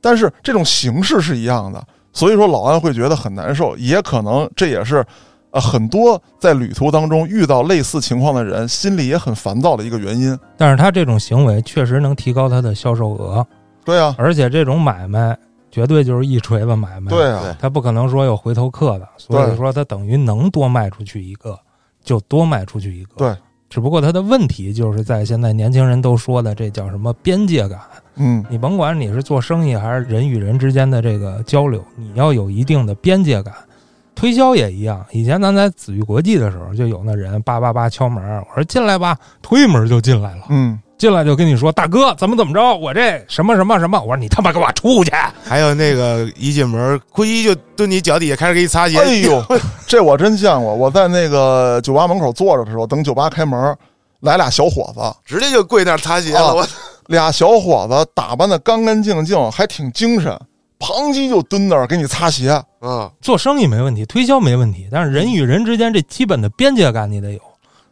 Speaker 2: 但是这种形式是一样的，所以说老安会觉得很难受，也可能这也是呃很多在旅途当中遇到类似情况的人，心里也很烦躁的一个原因。
Speaker 3: 但是他这种行为确实能提高他的销售额，
Speaker 2: 对啊，
Speaker 3: 而且这种买卖绝对就是一锤子买卖，
Speaker 2: 对啊，
Speaker 1: 对
Speaker 3: 他不可能说有回头客的，所以
Speaker 2: 对
Speaker 3: 说他等于能多卖出去一个就多卖出去一个。
Speaker 2: 对，
Speaker 3: 只不过他的问题就是在现在年轻人都说的这叫什么边界感，
Speaker 2: 嗯，
Speaker 3: 你甭管你是做生意还是人与人之间的这个交流，你要有一定的边界感。推销也一样，以前咱在紫玉国际的时候，就有那人叭叭叭敲门，我说进来吧，推门就进来了，
Speaker 2: 嗯，
Speaker 3: 进来就跟你说大哥怎么怎么着，我这什么什么什么，我说你他妈给我出去，
Speaker 1: 还有那个一进门，咕叽就蹲你脚底下开始给你擦鞋。
Speaker 2: 哎呦，这我真见过。我在那个酒吧门口坐着的时候，等酒吧开门，来俩小伙子，
Speaker 1: 直接就跪那儿擦鞋
Speaker 2: 啊
Speaker 1: 了。我
Speaker 2: 俩小伙子打扮的干干净净，还挺精神，旁击就蹲那儿给你擦鞋。
Speaker 1: 嗯，
Speaker 3: 做生意没问题，推销没问题，但是人与人之间这基本的边界感你得有，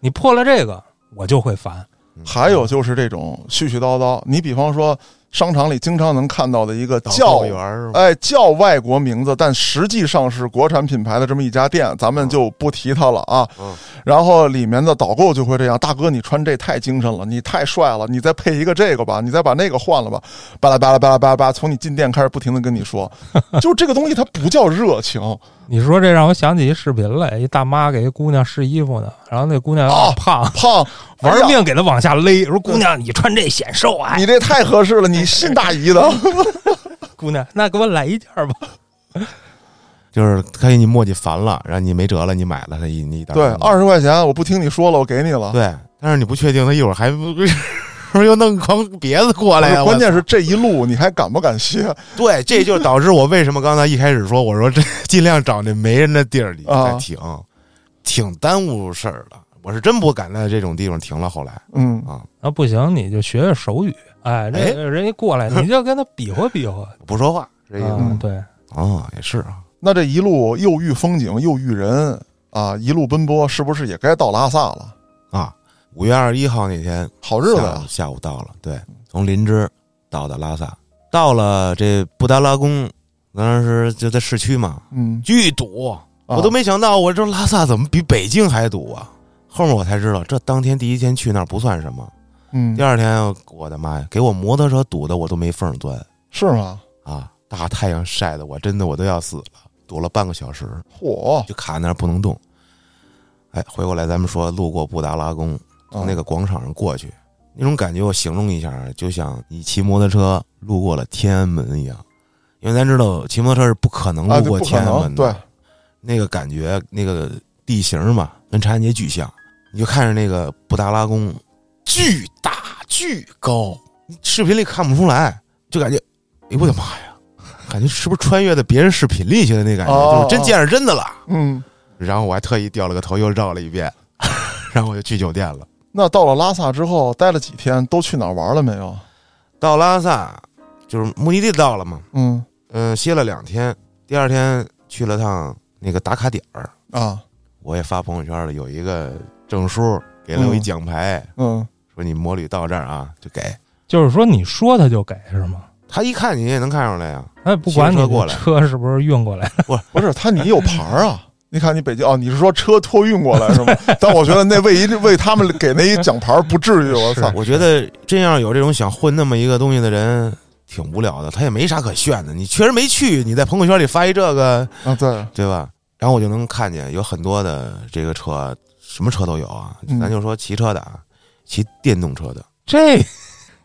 Speaker 3: 你破了这个我就会烦。
Speaker 1: 嗯
Speaker 2: 还有就是这种絮絮叨叨，你比方说商场里经常能看到的一个
Speaker 1: 导
Speaker 2: 叫
Speaker 1: 购员儿是吧？
Speaker 2: 哎叫外国名字，但实际上是国产品牌的这么一家店，咱们就不提它了啊。
Speaker 1: 嗯
Speaker 2: 然后里面的导购就会这样：大哥，你穿这太精神了，你太帅了，你再配一个这个吧，你再把那个换了吧，巴拉巴拉巴拉巴拉巴拉，从你进店开始不停的跟 你说，就这个东西它不叫热情，
Speaker 3: 你说这让我想起一视频来，一大妈给一姑娘试衣服呢，然后那姑娘
Speaker 2: 哦
Speaker 3: 胖，
Speaker 2: 胖
Speaker 3: 玩。
Speaker 2: 哎呀
Speaker 3: 命给她往下勒，说姑娘你穿这显瘦啊，哎
Speaker 2: 你这太合适了，你信大 姨的，
Speaker 3: 姑娘那给我来一件吧。
Speaker 1: 就是他给你磨叽烦了，然后你没辙了，你买了他一你一袋儿
Speaker 2: 对，
Speaker 1: 弄
Speaker 2: 二十块钱我不听你说了，我给你了。
Speaker 1: 对，但是你不确定他一会儿还 不是不是又弄筐别的过来呀？
Speaker 2: 不是关键
Speaker 1: 我
Speaker 2: 是这一路你还敢不敢歇
Speaker 1: 对，这就导致我为什么刚才一开始说，我说这 尽量找那没人的地儿里
Speaker 2: 啊
Speaker 1: 再停，挺耽误事儿的。我是真不敢在这种地方停了。后来
Speaker 2: 嗯，
Speaker 1: 啊，
Speaker 3: 那不行，你就学学手语，哎，
Speaker 1: 哎
Speaker 3: 这人一 过来你就跟他比划比划，
Speaker 1: 我不说话，这意思
Speaker 2: 啊
Speaker 3: 嗯，对，
Speaker 1: 哦，也是啊，
Speaker 2: 那这一路又遇风景又遇人啊，一路奔波，是不是也该到拉萨了？
Speaker 1: 啊，五月二十一号那天
Speaker 2: 好日子
Speaker 1: 下午
Speaker 2: 啊，
Speaker 1: 下午到了，对，从林芝到的拉萨，到了这布达拉宫，当时就在市区嘛，
Speaker 2: 嗯，
Speaker 1: 巨堵，
Speaker 2: 啊
Speaker 1: 我都没想到，我说拉萨怎么比北京还堵啊？后面我才知道，这当天第一天去那儿不算什么，
Speaker 2: 嗯
Speaker 1: 第，二天我的妈呀，给我摩托车堵的我都没缝钻
Speaker 2: 是吗？
Speaker 1: 啊！大太阳晒的我真的我都要死了，堵了半个小时
Speaker 2: 嚯
Speaker 1: 就卡那儿不能动。哎，回过来咱们说，路过布达拉宫，从那
Speaker 2: 个
Speaker 1: 个广场上过去，那种感觉我形容一下，就像你骑摩托车路过了天安门一样，因为咱知道骑摩托车是不可能
Speaker 2: 啊，
Speaker 1: 路
Speaker 2: 这
Speaker 1: 过
Speaker 2: 不可
Speaker 1: 天安
Speaker 2: 能，
Speaker 1: 门的，
Speaker 2: 对，
Speaker 1: 那个感觉，那个地形嘛，跟长安街巨像。你就看着那个布达拉宫，巨大巨高，视频里看不出来，就感觉，哎我的妈呀，感觉是不是穿越到别人视频里去的那感觉，
Speaker 2: 哦
Speaker 1: 就是真见着真的了。
Speaker 2: 嗯，
Speaker 1: 然后我还特意掉了个头，又绕了一遍， 然后我就去酒店了。
Speaker 2: 那到了拉萨之后待了几天，都去哪儿玩了没有？
Speaker 1: 到拉萨，就是目的地到了嘛，
Speaker 2: 嗯
Speaker 1: 嗯、歇了两天，第二天去了趟那个打卡点儿，
Speaker 2: 啊，
Speaker 1: 我也发朋友圈了，有一个证书给了我一
Speaker 2: 嗯
Speaker 1: 奖牌。
Speaker 2: 嗯，
Speaker 1: 说你摩旅到这儿啊，就给
Speaker 3: 就是说你说他就给是吗？
Speaker 1: 他一看你也能看出来啊呀、
Speaker 3: 哎，不管你
Speaker 1: 骑着车过
Speaker 3: 这
Speaker 1: 来
Speaker 3: 车是不是运过来，
Speaker 2: 不是，他你有牌儿啊。 你看，你北京哦，你是说车托运过来是吗？ 但我觉得那为一为他们给那一奖牌儿不至于，我操！
Speaker 1: 我觉得真要有这种想混那么一个东西的人，挺无聊的，他也没啥可炫的。你确实没去，你在朋友圈里发一这个，
Speaker 2: 啊，对，
Speaker 1: 对吧？然后我就能看见有很多的这个车，什么车都有啊
Speaker 2: 嗯。
Speaker 1: 咱就说骑车的啊，骑电动车的
Speaker 3: 这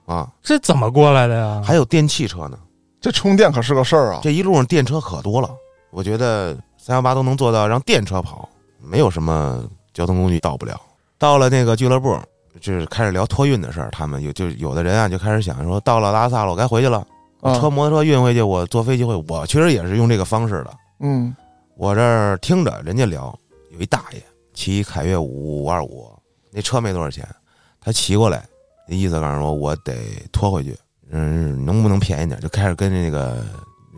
Speaker 1: 啊，
Speaker 3: 这怎么过来的呀？
Speaker 1: 还有电汽车呢。
Speaker 2: 这充电可是个事儿啊。
Speaker 1: 这一路上电车可多了，我觉得三幺八都能做到让电车跑，没有什么交通工具到不了。到了那个俱乐部，就是开始聊托运的事儿。他们有就有的人啊，就开始想说，到了拉萨了，我该回去了。我
Speaker 2: 啊
Speaker 1: 车摩托车运回去，我坐飞机回去。我确实也是用这个方式的。
Speaker 2: 嗯，
Speaker 1: 我这儿听着人家聊，有一大爷骑凯越五五二五，那车没多少钱，他骑过来，那意思告诉我我得拖回去，嗯，能不能便宜点？就开始跟那个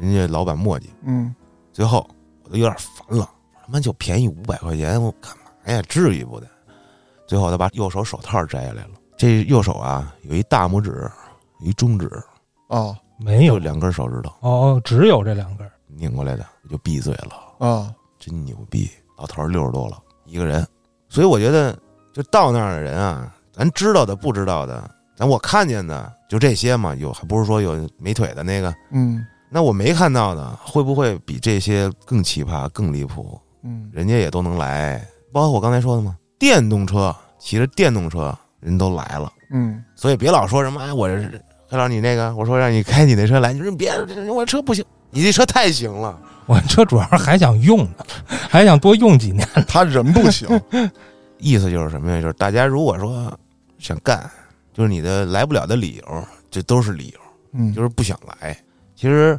Speaker 1: 人家老板磨叽。
Speaker 2: 嗯，
Speaker 1: 最后我都有点烦了，他妈就便宜五百块钱，我干嘛呀？至于不得？最后他把右手手套摘下来了，这右手啊有一大拇指，有一中指，
Speaker 2: 啊
Speaker 3: 没有
Speaker 1: 就两根手指头
Speaker 3: 哦哦，只有这两根儿。
Speaker 1: 拧过来的，我就闭嘴了，
Speaker 2: 啊，
Speaker 1: 真牛逼！老头儿六十多了，一个人。所以我觉得，就到那儿的人啊，咱知道的、不知道的，咱我看见的就这些嘛。有还不是说有没腿的那个？
Speaker 2: 嗯
Speaker 1: 那我没看到的，会不会比这些更奇葩、更离谱？
Speaker 2: 嗯
Speaker 1: 人家也都能来，包括我刚才说的嘛，电动车骑着电动车人都来了，
Speaker 2: 嗯
Speaker 1: 所以别老说什么哎，我这是黑老师你那个，我说让你开你那车来，你说别，我车不行，你这车太行了。
Speaker 3: 我这主要是还想用呢， 还想多用几年。
Speaker 2: 嗯，他人不 行，
Speaker 1: 意思就是什么呀？就是大家如果说想干，就是你的来不了的理由，这都是理由，
Speaker 2: 嗯，
Speaker 1: 就是不想来。其实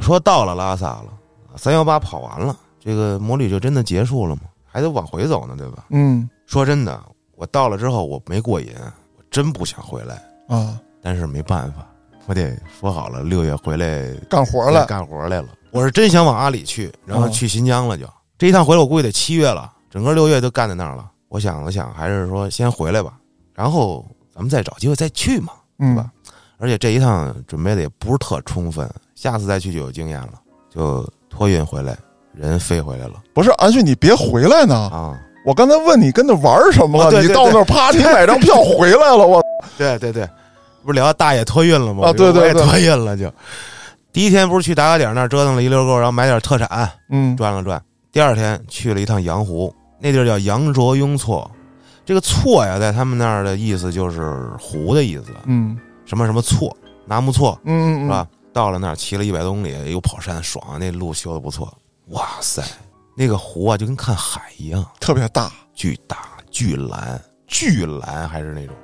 Speaker 1: 说到了拉萨了，三幺八跑完了，这个魔旅就真的结束了吗？还得往回走呢，对吧？
Speaker 2: 嗯
Speaker 1: 说真的，我到了之后我没过瘾，我真不想回来，
Speaker 2: 啊，
Speaker 1: 但是没办法，我得说好了，六月回来
Speaker 2: 干活了，
Speaker 1: 干活来了。我是真想往阿里去，然后
Speaker 2: 哦
Speaker 1: 去新疆了就。这一趟回来，我估计得七月了，整个六月都干在那儿了。我想了想，还是说先回来吧，然后咱们再找机会再去嘛。
Speaker 2: 嗯
Speaker 1: 吧而且这一趟准备的也不是特充分，下次再去就有经验了，就托运回来，人飞回来了
Speaker 2: 不是安旭，你别回来呢！
Speaker 1: 啊！
Speaker 2: 我刚才问你跟那玩什么
Speaker 1: 啊
Speaker 2: 了，
Speaker 1: 对
Speaker 2: 你
Speaker 1: 对
Speaker 2: 到那儿啪，你买张票回来 了，我
Speaker 1: 对对对，不是聊大爷托运了吗？
Speaker 2: 啊对对
Speaker 1: 我也
Speaker 2: 对
Speaker 1: 托运了就。第一天不是去打卡点那儿折腾了一溜够，然后买点特产，
Speaker 2: 嗯
Speaker 1: 转了转。第二天去了一趟羊湖，那地儿叫羊卓雍措。这个措呀，在他们那儿的意思就是湖的意思，
Speaker 2: 嗯
Speaker 1: 什么什么措，纳木错
Speaker 2: 嗯
Speaker 1: 是
Speaker 2: 嗯
Speaker 1: 吧？到了那儿骑了一百多公里，又跑山，爽，那路修的不错。哇塞，那个湖啊，就跟看海一样，
Speaker 2: 嗯特别大，
Speaker 1: 巨大、巨蓝、巨蓝，还是那种。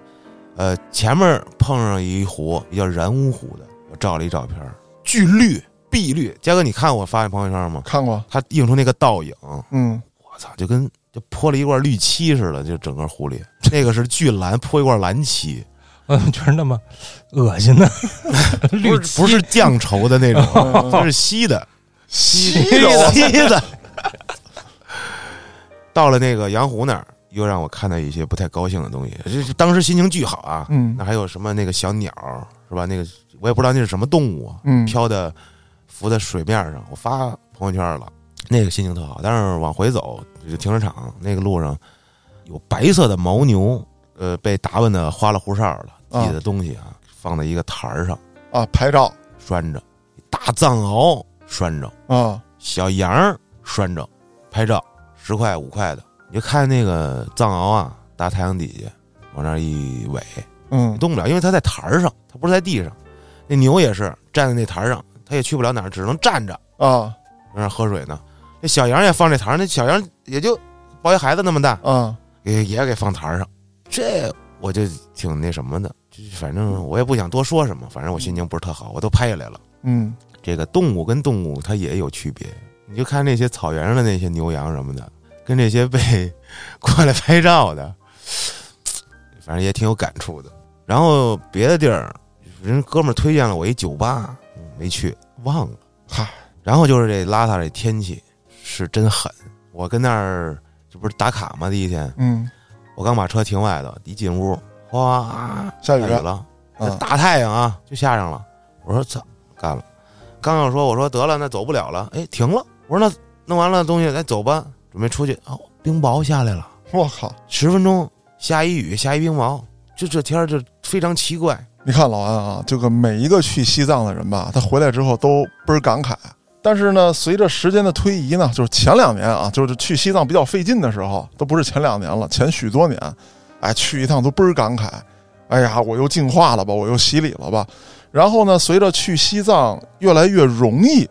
Speaker 1: 呃，前面碰上一湖，叫然乌湖的，我照了一照片儿，巨绿、碧绿。嘉哥，你看我发那朋友圈吗？
Speaker 2: 看过，
Speaker 1: 它映出那个倒影，
Speaker 2: 嗯，
Speaker 1: 我操，就跟就泼了一罐绿漆似的，就整个湖里，那个是巨蓝，泼一罐蓝 漆，
Speaker 3: 我怎么觉得那么恶心 呢？绿
Speaker 1: 不是不是酱稠的那 种，
Speaker 2: 嗯
Speaker 1: 就是稀的，
Speaker 2: 稀 的，
Speaker 1: 稀的。到了那个羊湖那儿，又让我看到一些不太高兴的东西。这这当时心情巨好啊，
Speaker 2: 嗯
Speaker 1: 那还有什么那个小鸟是吧？那个我也不知道那是什么动物啊，
Speaker 2: 嗯
Speaker 1: 飘的浮在水面上，我发朋友圈了，那个心情特好。但是往回走，就停车场那个路上有白色的牦牛，呃，被打扮的花里胡哨的，
Speaker 2: 啊
Speaker 1: 系的东西啊，放在一个台儿上
Speaker 2: 啊，拍照
Speaker 1: 拴着，大藏獒拴着，
Speaker 2: 啊，
Speaker 1: 小羊儿拴着，拍照十块五块的，你就看那个藏獒啊，大太阳底下往那儿一尾，
Speaker 2: 嗯
Speaker 1: 动不了，因为它在台儿上，它不是在地上。那牛也是站在那台儿上，它也去不了哪儿，只能站着。
Speaker 2: 啊
Speaker 1: 在那儿喝水呢。那小羊也放这台儿，那小羊也就抱一孩子那么大，
Speaker 2: 啊，
Speaker 1: 也也给放台儿上。这我就挺那什么的，就是反正我也不想多说什么，反正我心情不是特好，我都拍下来了。
Speaker 2: 嗯
Speaker 1: 这个动物跟动物它也有区别，你就看那些草原上的那些牛羊什么的，跟这些被 过来拍照的，反正也挺有感触的。然后别的地儿，人哥们儿推荐了我一酒吧，嗯没去，忘了。
Speaker 2: 嗨，
Speaker 1: 然后就是这拉萨这天气是真狠，我跟那儿这不是打卡吗？第一天
Speaker 2: 嗯，
Speaker 1: 我刚把车停外头，一进屋，哗，
Speaker 2: 下雨
Speaker 1: 下雨
Speaker 2: 了，
Speaker 1: 了。那
Speaker 2: 啊
Speaker 1: 大太阳啊，就下上了。我说操，干了！刚要说，我说得了，那走不了了。哎，停了。我说那弄完了东西，咱走吧，准备出去。哦，冰雹下来了，
Speaker 2: 我靠！
Speaker 1: 十分钟下一雨，下一冰雹，就这天儿就非常奇怪。
Speaker 2: 你看老安啊，这个每一个去西藏的人吧，他回来之后都倍儿感慨。但是呢，随着时间的推移呢，就是前两年啊，就是去西藏比较费劲的时候，都不是前两年了，前许多年，哎，去一趟都倍儿感慨。哎呀，我又进化了吧，我又洗礼了吧。然后呢，随着去西藏越来越容易，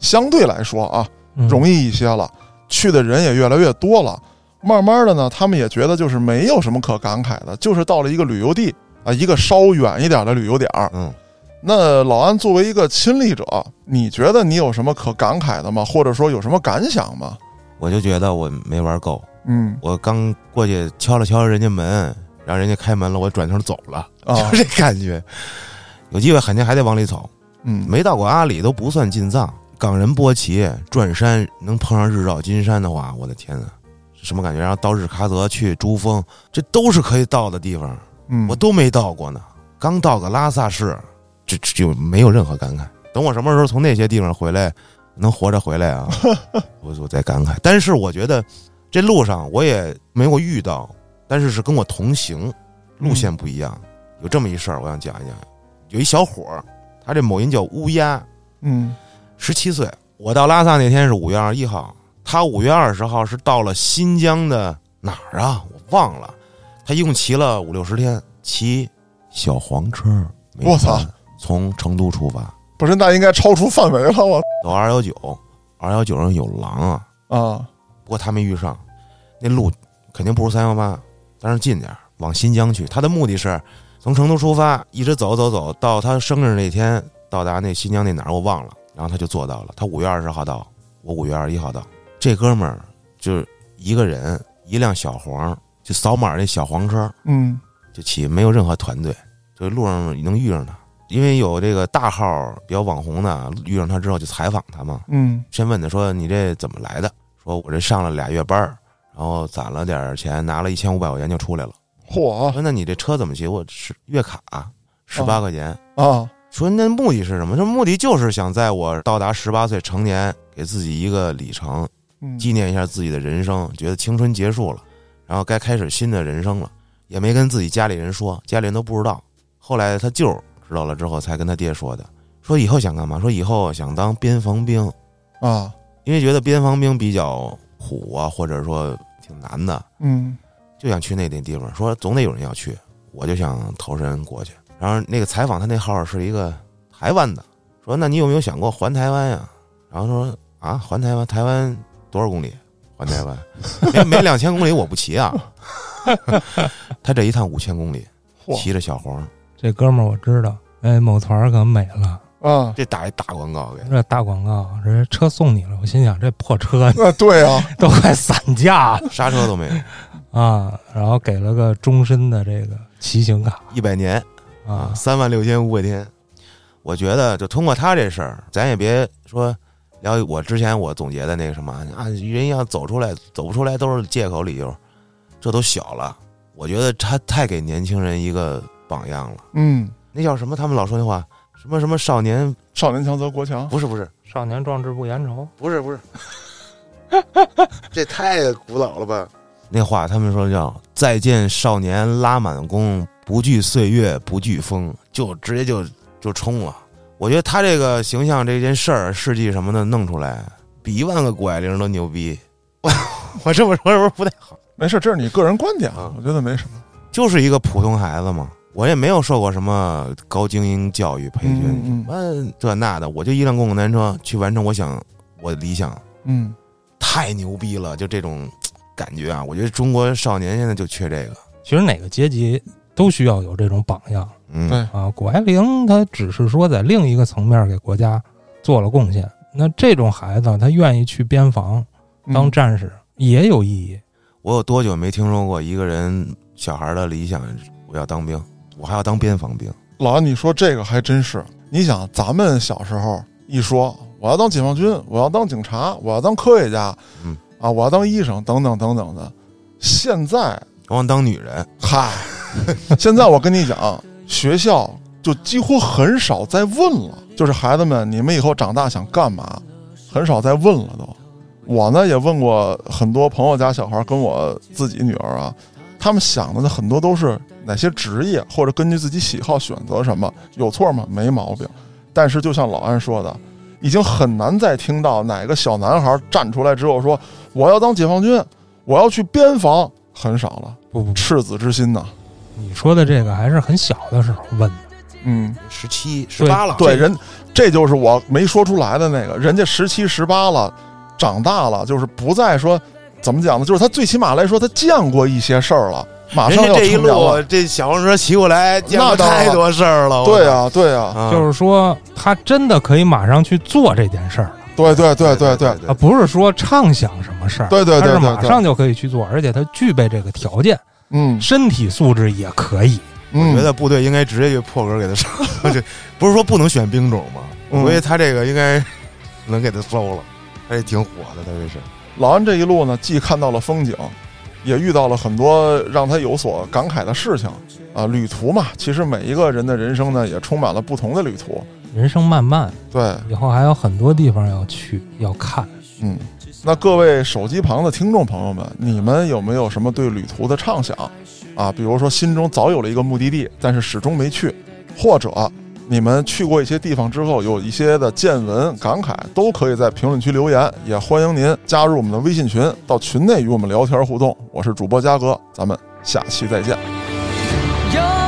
Speaker 2: 相对来说啊，容
Speaker 1: 嗯
Speaker 3: 易
Speaker 2: 易一些了，去的人也越来越多了。慢慢的呢，他们也觉得就是没有什么可感慨的，就是到了一个旅游地啊，一个稍远一点的旅游点儿。
Speaker 1: 嗯，
Speaker 2: 那老安作为一个亲历者，你觉得你有什么可感慨的吗？或者说有什么感想吗？
Speaker 1: 我就觉得我没玩够。
Speaker 2: 嗯
Speaker 1: 我刚过去敲了敲人家门，然后人家开门了，我转头走了，
Speaker 2: 啊，
Speaker 1: 就这感觉。有机会肯定还得往里走。
Speaker 2: 嗯，
Speaker 1: 没到过阿里都不算进藏。冈仁波齐、转山能碰上日照金山的话，我的天呐，是什么感觉？然后到日喀则去珠峰，这都是可以到的地方，
Speaker 2: 嗯，
Speaker 1: 我都没到过呢。刚到个拉萨市，这这就没有任何感慨。等我什么时候从那些地方回来，能活着回来啊，我我在感慨。但是我觉得这路上我也没有遇到，但是是跟我同行，路线不一样。有这么一事儿，我想讲一讲。有一小伙儿，他这某音叫乌鸦，
Speaker 2: 嗯
Speaker 1: 十七岁。我到拉萨那天是五月二十一号，他五月二十号是到了新疆的哪儿啊？我忘了。他一共骑了五六十天，骑小黄车，没
Speaker 2: 我操
Speaker 1: 翻，从成都出发。
Speaker 2: 不是，那应该超出范围 了，我
Speaker 1: 走二幺九，二幺九上有狼啊，
Speaker 2: 啊，
Speaker 1: 不过他没遇上，那路肯定不如三幺八，但是近点儿，往新疆去。他的目的是从成都出发，一直走走走到他生日那天到达那新疆那哪儿我忘了，然后他就做到了。他五月二十号到，我五月二十一号到。这哥们儿就是一个人，一辆小黄，就扫码那小黄车
Speaker 2: 嗯
Speaker 1: 就骑，没有任何团队，就路上能遇上他。因为有这个大号比较网红的，遇上他之后就采访他嘛，
Speaker 2: 嗯
Speaker 1: 先问他说：“你这怎么来的？”说：“我这上了俩月班儿，然后攒了点儿钱，拿了一千五百块钱就出来了。”
Speaker 2: 嚯
Speaker 1: 说：“那你这车怎么骑？我是月卡十八块钱。
Speaker 2: 啊，
Speaker 1: 说：“那目的是什么？说目的就是想在我到达十八岁成年，给自己一个里程，
Speaker 2: 嗯
Speaker 1: 纪念一下自己的人生，觉得青春结束了，然后该开始新的人生了。也没跟自己家里人说，家里人都不知道。后来他舅儿知道了之后，才跟他爹说的，说以后想干嘛？说以后想当边防兵。”
Speaker 2: 啊，
Speaker 1: 因为觉得边防兵比较虎啊，或者说挺难的，
Speaker 2: 嗯
Speaker 1: 就想去那点地方，说总得有人要去，我就想投身过去。然后那个采访他那号是一个台湾的，说那你有没有想过环台湾呀？然后说啊，环台湾，台湾多少公里？环台湾没没两千公里我不骑啊。 他这一趟五千公里，
Speaker 2: 嚯
Speaker 1: 骑着小黄，
Speaker 3: 这哥们儿我知道，哎，某团儿可美了，
Speaker 2: 啊，
Speaker 1: 这打一大广告给。
Speaker 3: 这大广告，这车送你了。我心想，这破车
Speaker 2: 那对啊，
Speaker 3: 都快散架了
Speaker 1: 刹车都没有，
Speaker 3: 啊！然后给了个终身的这个骑行卡
Speaker 1: 一百年
Speaker 3: 啊，
Speaker 1: 三万六千五百天。我觉得就通过他这事儿，咱也别说聊我之前我总结的那个什么啊，人要走出来，走不出来都是借口理由，这都小了。我觉得他太给年轻人一个榜样了。
Speaker 2: 嗯，
Speaker 1: 那叫什么？他们老说那话，什么什么少年？
Speaker 2: 少年强则国强，
Speaker 1: 不是不是
Speaker 3: 少年壮志不言愁。
Speaker 1: 不是不是，这太古老了吧？那话他们说叫“再见少年拉满弓，不惧岁月不惧风”，就直接就就冲了。我觉得他这个形象、这件事儿、事迹什么的弄出来，比一万个谷爱凌都牛逼。我我这么说是不是不太好？
Speaker 2: 没事，这是你个人观点
Speaker 1: 啊
Speaker 2: 啊，我觉得没什么，
Speaker 1: 就是一个普通孩子嘛，我也没有受过什么高精英教育培训，
Speaker 2: 嗯嗯
Speaker 1: 什么这那的，我就一辆共享单车去完成我想我的理想。
Speaker 2: 嗯
Speaker 1: 太牛逼了，就这种感觉啊！我觉得中国少年现在就缺这个。
Speaker 3: 其实哪个阶级都需要有这种榜样
Speaker 1: 嗯
Speaker 2: 对，
Speaker 3: 啊。谷爱凌她只是说在另一个层面给国家做了贡献，那这种孩子他愿意去边防
Speaker 2: 嗯
Speaker 3: 当战士也有意义。
Speaker 1: 我有多久没听说过一个人小孩的理想？我要当兵，我还要当边防兵。
Speaker 2: 老安，你说这个还真是。你想，咱们小时候一说我要当解放军，我要当警察，我要当科学家，
Speaker 1: 嗯
Speaker 2: 啊，我要当医生，等等等等的。现在，
Speaker 1: 我想当女人，
Speaker 2: 嗨， 现在我跟你讲，学校就几乎很少再问了，就是孩子们，你们以后长大想干嘛，很少再问了都。我呢也问过很多朋友家小孩，跟我自己女儿啊，他们想的呢很多都是哪些职业，或者根据自己喜好选择什么，有错吗？没毛病。但是就像老安说的，已经很难再听到哪个小男孩站出来之后说我要当解放军，我要去边防，很少了。
Speaker 3: 不不不，
Speaker 2: 赤子之心呐，
Speaker 3: 你说的这个还是很小的时候问的。
Speaker 2: 嗯，
Speaker 1: 十七、十八了，
Speaker 2: 对，人这就是我没说出来的那个，人家十七十八了，长大了，就是不再说怎么讲呢，就是他最起码来说，他见过一些事儿了，马
Speaker 1: 人
Speaker 2: 上
Speaker 1: 家
Speaker 2: 要
Speaker 1: 这一
Speaker 2: 成
Speaker 1: 路
Speaker 2: 长了，
Speaker 1: 这小黄车骑过来，见过
Speaker 2: 那当然
Speaker 1: 太多事儿了。
Speaker 2: 对
Speaker 1: 呀、
Speaker 2: 啊，对啊，
Speaker 1: 啊
Speaker 3: 就是说他真的可以马上去做这件事儿了
Speaker 2: 对对对对对
Speaker 1: 对
Speaker 3: 啊，不是说畅想什么事儿，
Speaker 2: 对对
Speaker 3: 他
Speaker 2: 对
Speaker 3: 是
Speaker 2: 对
Speaker 3: 马
Speaker 2: 对，
Speaker 3: 上就可以去做，而且他具备这个条件，
Speaker 2: 嗯
Speaker 3: 身体素质也可以。
Speaker 1: 我觉
Speaker 2: 嗯，
Speaker 1: 得部队应该直接就破格给他上， 就不是说不能选兵种吗？
Speaker 2: 嗯
Speaker 1: 我觉得他这个应该能给他收了，他也挺火的，他这是。
Speaker 2: 老安这一路呢，既看到了风景，也遇到了很多让他有所感慨的事情啊。旅途嘛，其实每一个人的人生呢，也充满了不同的旅途。
Speaker 3: 人生漫漫，
Speaker 2: 对，
Speaker 3: 以后还有很多地方要去要看。
Speaker 2: 嗯，那各位手机旁的听众朋友们，你们有没有什么对旅途的畅想啊？比如说心中早有了一个目的地，但是始终没去，或者你们去过一些地方之后有一些的见闻感慨，都可以在评论区留言。也欢迎您加入我们的微信群，到群内与我们聊天互动。我是主播嘉哥，咱们下期再见。
Speaker 4: Yo